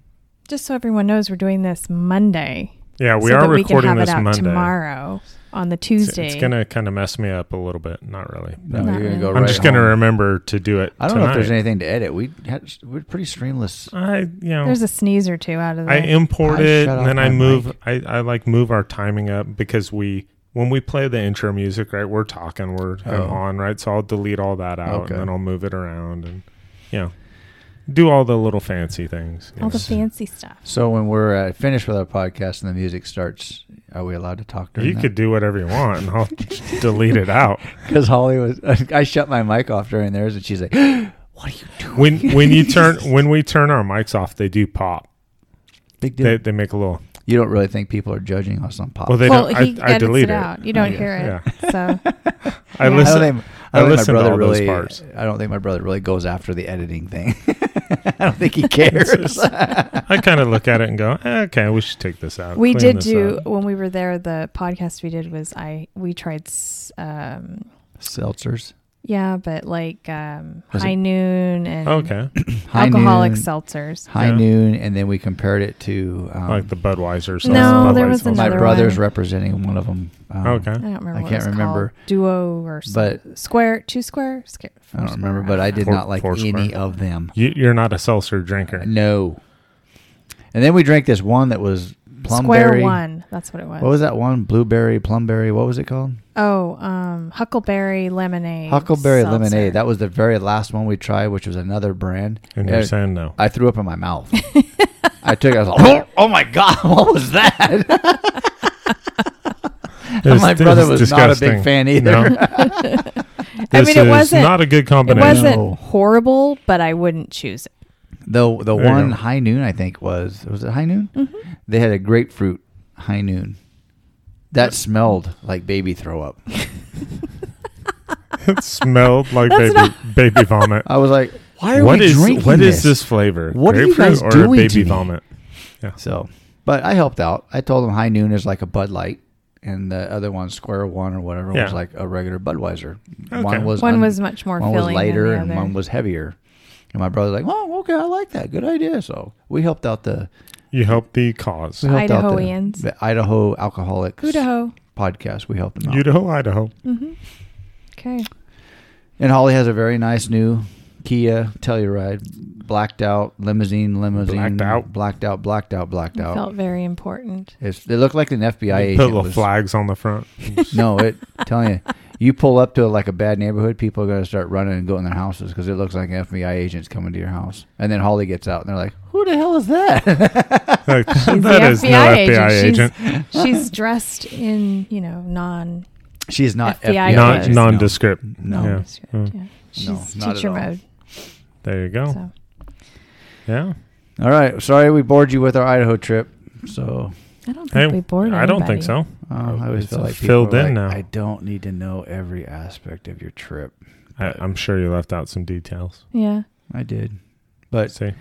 [SPEAKER 2] Just so everyone knows, we're doing this Monday.
[SPEAKER 3] Yeah, we
[SPEAKER 2] so
[SPEAKER 3] are
[SPEAKER 2] that we can
[SPEAKER 3] recording
[SPEAKER 2] have
[SPEAKER 3] this
[SPEAKER 2] it out
[SPEAKER 3] Monday.
[SPEAKER 2] tomorrow on the
[SPEAKER 3] It's-
[SPEAKER 2] Tuesday.
[SPEAKER 3] It's, gonna kind of mess me up a little bit. Not really.
[SPEAKER 1] No, you're
[SPEAKER 2] Not
[SPEAKER 1] gonna
[SPEAKER 2] really.
[SPEAKER 1] go
[SPEAKER 2] I'm
[SPEAKER 1] right
[SPEAKER 3] I'm just gonna
[SPEAKER 1] home.
[SPEAKER 3] remember to do it.
[SPEAKER 1] I don't know
[SPEAKER 3] tonight.
[SPEAKER 1] if there's anything to edit. We had we're pretty streamless.
[SPEAKER 3] I you know
[SPEAKER 2] There's a sneeze or two out of
[SPEAKER 3] I
[SPEAKER 2] that.
[SPEAKER 3] import
[SPEAKER 1] I
[SPEAKER 3] it
[SPEAKER 1] shut
[SPEAKER 3] and then
[SPEAKER 1] off
[SPEAKER 3] I
[SPEAKER 1] my
[SPEAKER 3] move
[SPEAKER 1] mic.
[SPEAKER 3] I, I like move our timing up because we when we play the intro music, right, we're talking, we're I'm
[SPEAKER 1] Oh.
[SPEAKER 3] on, right? So I'll delete all that out
[SPEAKER 1] Okay.
[SPEAKER 3] and then I'll move it around and you know. Do all the little fancy things. you
[SPEAKER 2] All the
[SPEAKER 3] know.
[SPEAKER 2] fancy stuff.
[SPEAKER 1] So when we're uh, finished with our podcast and the music starts, are we allowed to talk during
[SPEAKER 3] you could do whatever you want and
[SPEAKER 2] [laughs]
[SPEAKER 3] I'll delete it out.
[SPEAKER 1] because Holly was. [laughs] I shut my mic off during theirs, and she's like, [gasps] "What are you doing?"
[SPEAKER 3] When when you turn when we turn our mics off, they do pop.
[SPEAKER 1] They did-
[SPEAKER 3] They, they make a little
[SPEAKER 1] you don't really think people are judging us on pop?
[SPEAKER 3] Well, they
[SPEAKER 2] well,
[SPEAKER 3] don't. I-
[SPEAKER 2] he
[SPEAKER 3] I,
[SPEAKER 2] edits
[SPEAKER 3] delete it.
[SPEAKER 2] it out. You don't
[SPEAKER 1] Yeah.
[SPEAKER 2] hear [laughs] it. So
[SPEAKER 3] I
[SPEAKER 2] Yeah. Oh,
[SPEAKER 1] I don't
[SPEAKER 3] listen.
[SPEAKER 1] think, I don't
[SPEAKER 3] I
[SPEAKER 1] think
[SPEAKER 3] listen
[SPEAKER 1] my
[SPEAKER 3] to
[SPEAKER 1] brother
[SPEAKER 3] all those
[SPEAKER 1] really.
[SPEAKER 3] parts.
[SPEAKER 1] I don't think my brother really goes after the editing thing. [laughs] I don't
[SPEAKER 3] [laughs]
[SPEAKER 1] think he cares.
[SPEAKER 3] I kind of look at it and go, "Eh, okay, we should take this out.
[SPEAKER 2] we
[SPEAKER 3] clean
[SPEAKER 2] did
[SPEAKER 3] this
[SPEAKER 2] do
[SPEAKER 3] up."
[SPEAKER 2] when we were there. The podcast we did was I we tried, s- um,
[SPEAKER 1] [laughs] Seltzers,
[SPEAKER 2] yeah, but like um,
[SPEAKER 1] Was it-
[SPEAKER 2] high noon and
[SPEAKER 3] Oh, Okay,
[SPEAKER 1] High
[SPEAKER 2] alcoholic
[SPEAKER 1] Noon,
[SPEAKER 2] seltzers.
[SPEAKER 1] High
[SPEAKER 3] Yeah.
[SPEAKER 1] noon, and then we compared it to um,
[SPEAKER 3] like the Budweiser. sauce,
[SPEAKER 2] No, there
[SPEAKER 3] Budweiser
[SPEAKER 2] was
[SPEAKER 3] sauce.
[SPEAKER 1] my
[SPEAKER 2] another
[SPEAKER 1] brother's
[SPEAKER 2] one.
[SPEAKER 1] representing one of them. Um,
[SPEAKER 3] Okay,
[SPEAKER 2] I don't remember.
[SPEAKER 1] I
[SPEAKER 2] what
[SPEAKER 1] can't
[SPEAKER 2] it was
[SPEAKER 1] remember.
[SPEAKER 2] Called. Duo or s-
[SPEAKER 1] but
[SPEAKER 2] square, two square. Sca-
[SPEAKER 1] I don't
[SPEAKER 2] four
[SPEAKER 1] remember.
[SPEAKER 2] square,
[SPEAKER 1] But I
[SPEAKER 2] don't
[SPEAKER 1] did
[SPEAKER 3] Four-
[SPEAKER 1] not like
[SPEAKER 3] four
[SPEAKER 1] any
[SPEAKER 3] square.
[SPEAKER 1] of them.
[SPEAKER 3] you, you're not a seltzer drinker.
[SPEAKER 1] No. And then we drank this one that was
[SPEAKER 2] know.
[SPEAKER 1] plumberry.
[SPEAKER 2] Square one. That's what it was.
[SPEAKER 1] What was that one? Blueberry, plumberry. What was it called?
[SPEAKER 2] Oh, um, huckleberry lemonade.
[SPEAKER 1] Huckleberry
[SPEAKER 2] seltzer.
[SPEAKER 1] lemonade. That was the very last one we tried, which was another brand.
[SPEAKER 3] And you're
[SPEAKER 1] Yeah.
[SPEAKER 3] saying no.
[SPEAKER 1] I threw up in my
[SPEAKER 2] [laughs]
[SPEAKER 1] mouth. I took it. I was like, oh my God, [laughs] what was that?
[SPEAKER 3] It
[SPEAKER 1] [laughs]
[SPEAKER 3] was-
[SPEAKER 1] my
[SPEAKER 3] it
[SPEAKER 1] brother was not a big
[SPEAKER 3] disgusting.
[SPEAKER 1] fan either.
[SPEAKER 3] [laughs] No. This
[SPEAKER 2] mean, it
[SPEAKER 3] is
[SPEAKER 2] wasn't-
[SPEAKER 3] not a good
[SPEAKER 2] It
[SPEAKER 3] combination.
[SPEAKER 2] wasn't
[SPEAKER 1] No.
[SPEAKER 2] horrible, but I wouldn't choose it.
[SPEAKER 1] The, the
[SPEAKER 3] There you
[SPEAKER 1] one
[SPEAKER 3] go.
[SPEAKER 1] high noon, I think, was, was it high noon?
[SPEAKER 2] Mm-hmm.
[SPEAKER 1] They had a grapefruit high noon.
[SPEAKER 2] Mm-hmm.
[SPEAKER 1] That smelled like baby throw up.
[SPEAKER 3] it smelled like baby baby vomit.
[SPEAKER 1] I was like, [laughs] why are
[SPEAKER 3] What
[SPEAKER 1] we
[SPEAKER 3] is
[SPEAKER 1] drinking
[SPEAKER 3] what
[SPEAKER 1] this?
[SPEAKER 3] is this flavor?
[SPEAKER 1] What are you
[SPEAKER 3] Grapefruit
[SPEAKER 1] guys
[SPEAKER 3] or
[SPEAKER 1] doing
[SPEAKER 3] baby
[SPEAKER 1] to me?
[SPEAKER 3] vomit?
[SPEAKER 1] So, but I helped out. I told them High Noon is like a Bud Light, and the other one, Square One or whatever,
[SPEAKER 3] Yeah.
[SPEAKER 1] was like a regular Budweiser.
[SPEAKER 3] Okay.
[SPEAKER 1] One was
[SPEAKER 2] One
[SPEAKER 1] un-
[SPEAKER 2] was much more
[SPEAKER 1] one was
[SPEAKER 2] filling
[SPEAKER 1] lighter
[SPEAKER 2] than
[SPEAKER 1] and
[SPEAKER 2] the other.
[SPEAKER 1] one was heavier. And my brother's like, oh, okay, I like that. Good idea. So we helped out the
[SPEAKER 3] You helped the cause.
[SPEAKER 1] we helped out the-
[SPEAKER 2] Idahoans.
[SPEAKER 1] the, Idaho Alcoholics
[SPEAKER 2] Idaho.
[SPEAKER 1] podcast. We helped them out.
[SPEAKER 3] Idaho, Idaho.
[SPEAKER 2] Mm-hmm. Okay.
[SPEAKER 1] and Holly has a very nice new Kia Telluride, blacked out limousine, limousine,
[SPEAKER 3] Blacked out.
[SPEAKER 1] blacked out, blacked out, blacked
[SPEAKER 2] It
[SPEAKER 1] out.
[SPEAKER 2] felt very important.
[SPEAKER 1] It's, it looked like an FBI
[SPEAKER 3] They
[SPEAKER 1] agent.
[SPEAKER 3] put little
[SPEAKER 1] was-
[SPEAKER 3] flags on the front.
[SPEAKER 1] [laughs] no, it telling you, you pull up to like a bad neighborhood, people are gonna start running and go in their houses because it looks like an FBI agent's coming to your house. And then Holly gets out and they're like, "Who the hell is that?"
[SPEAKER 3] [laughs] [laughs]
[SPEAKER 1] [laughs]
[SPEAKER 3] Like,
[SPEAKER 2] She's
[SPEAKER 3] that
[SPEAKER 2] the
[SPEAKER 3] is
[SPEAKER 2] FBI
[SPEAKER 3] no FBI
[SPEAKER 2] agent.
[SPEAKER 3] agent.
[SPEAKER 2] She's, she's dressed in, you know, non.
[SPEAKER 1] She's not
[SPEAKER 2] FBI
[SPEAKER 1] FBI,
[SPEAKER 3] Not
[SPEAKER 1] agent.
[SPEAKER 2] agent.
[SPEAKER 3] nondescript.
[SPEAKER 1] No.
[SPEAKER 3] Yeah.
[SPEAKER 2] nondescript,
[SPEAKER 3] Mm.
[SPEAKER 2] yeah.
[SPEAKER 1] No,
[SPEAKER 2] She's
[SPEAKER 1] not at
[SPEAKER 2] teacher
[SPEAKER 1] all.
[SPEAKER 2] mode.
[SPEAKER 3] There you go.
[SPEAKER 2] So
[SPEAKER 3] Yeah.
[SPEAKER 1] All right, sorry we bored you with our Idaho trip. So
[SPEAKER 2] I don't think
[SPEAKER 3] Hey,
[SPEAKER 2] we bored
[SPEAKER 3] I don't think
[SPEAKER 2] anybody.
[SPEAKER 3] so.
[SPEAKER 1] uh, I always
[SPEAKER 3] It's
[SPEAKER 1] feel like people
[SPEAKER 3] filled
[SPEAKER 1] are
[SPEAKER 3] in
[SPEAKER 1] like,
[SPEAKER 3] now.
[SPEAKER 1] I don't need to know every aspect of your trip.
[SPEAKER 3] I, I'm sure you left out some details.
[SPEAKER 2] Yeah.
[SPEAKER 1] I did, but
[SPEAKER 3] See,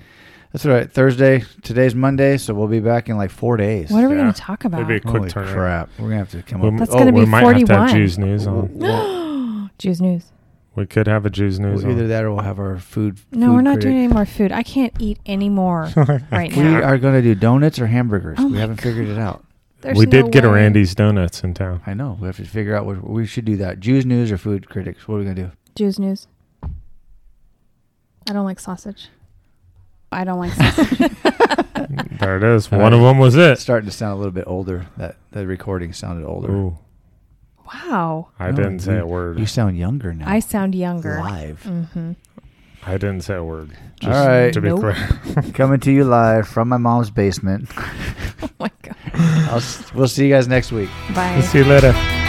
[SPEAKER 1] that's all right. Thursday, today's Monday, so we'll be back in like four days.
[SPEAKER 2] What are we
[SPEAKER 3] Yeah.
[SPEAKER 2] going to talk about? [gasps]
[SPEAKER 3] Maybe- Quick
[SPEAKER 1] Holy
[SPEAKER 3] turnaround.
[SPEAKER 1] crap! We're gonna have to come
[SPEAKER 3] We- oh,
[SPEAKER 1] up.
[SPEAKER 2] That's gonna
[SPEAKER 3] we
[SPEAKER 2] be
[SPEAKER 3] might have to
[SPEAKER 2] 41.
[SPEAKER 3] have Jews news on.
[SPEAKER 2] Jews news.
[SPEAKER 3] We could have a Jews news
[SPEAKER 1] Well, either
[SPEAKER 3] on.
[SPEAKER 1] that or we'll have our food.
[SPEAKER 2] No,
[SPEAKER 1] food
[SPEAKER 2] we're not
[SPEAKER 1] critic.
[SPEAKER 2] doing any more food. I can't eat any
[SPEAKER 3] [laughs]
[SPEAKER 2] more right
[SPEAKER 1] We
[SPEAKER 2] now.
[SPEAKER 1] are going to do donuts or hamburgers.
[SPEAKER 2] Oh
[SPEAKER 1] we
[SPEAKER 2] my
[SPEAKER 1] haven't figured it out.
[SPEAKER 2] There's
[SPEAKER 3] we
[SPEAKER 2] no
[SPEAKER 3] did get a
[SPEAKER 2] way.
[SPEAKER 3] Randy's Donuts in
[SPEAKER 2] [laughs]
[SPEAKER 3] town.
[SPEAKER 1] I know. We have to figure out what we should do. That Jews news or food critics. What are we going to do?
[SPEAKER 2] Jews news. I don't like sausage. I don't [laughs] like sausage.
[SPEAKER 3] There it is.
[SPEAKER 1] All
[SPEAKER 3] One
[SPEAKER 1] right.
[SPEAKER 3] of them was
[SPEAKER 1] It's
[SPEAKER 3] it.
[SPEAKER 1] starting to sound a little bit older. That the recording sounded older.
[SPEAKER 3] Ooh,
[SPEAKER 2] [laughs] wow.
[SPEAKER 3] I
[SPEAKER 1] No,
[SPEAKER 3] didn't say
[SPEAKER 1] you-
[SPEAKER 3] a word.
[SPEAKER 1] You sound younger now.
[SPEAKER 2] I sound younger.
[SPEAKER 1] live
[SPEAKER 2] Mm-hmm.
[SPEAKER 3] I didn't say a word. Just
[SPEAKER 1] All right.
[SPEAKER 3] to be
[SPEAKER 2] Nope.
[SPEAKER 1] [laughs]
[SPEAKER 3] clear.
[SPEAKER 1] coming to you live from my mom's basement. [laughs]
[SPEAKER 2] [laughs] Oh my God.
[SPEAKER 1] I'll, s- we'll see you guys next week.
[SPEAKER 2] Bye.
[SPEAKER 3] See you later.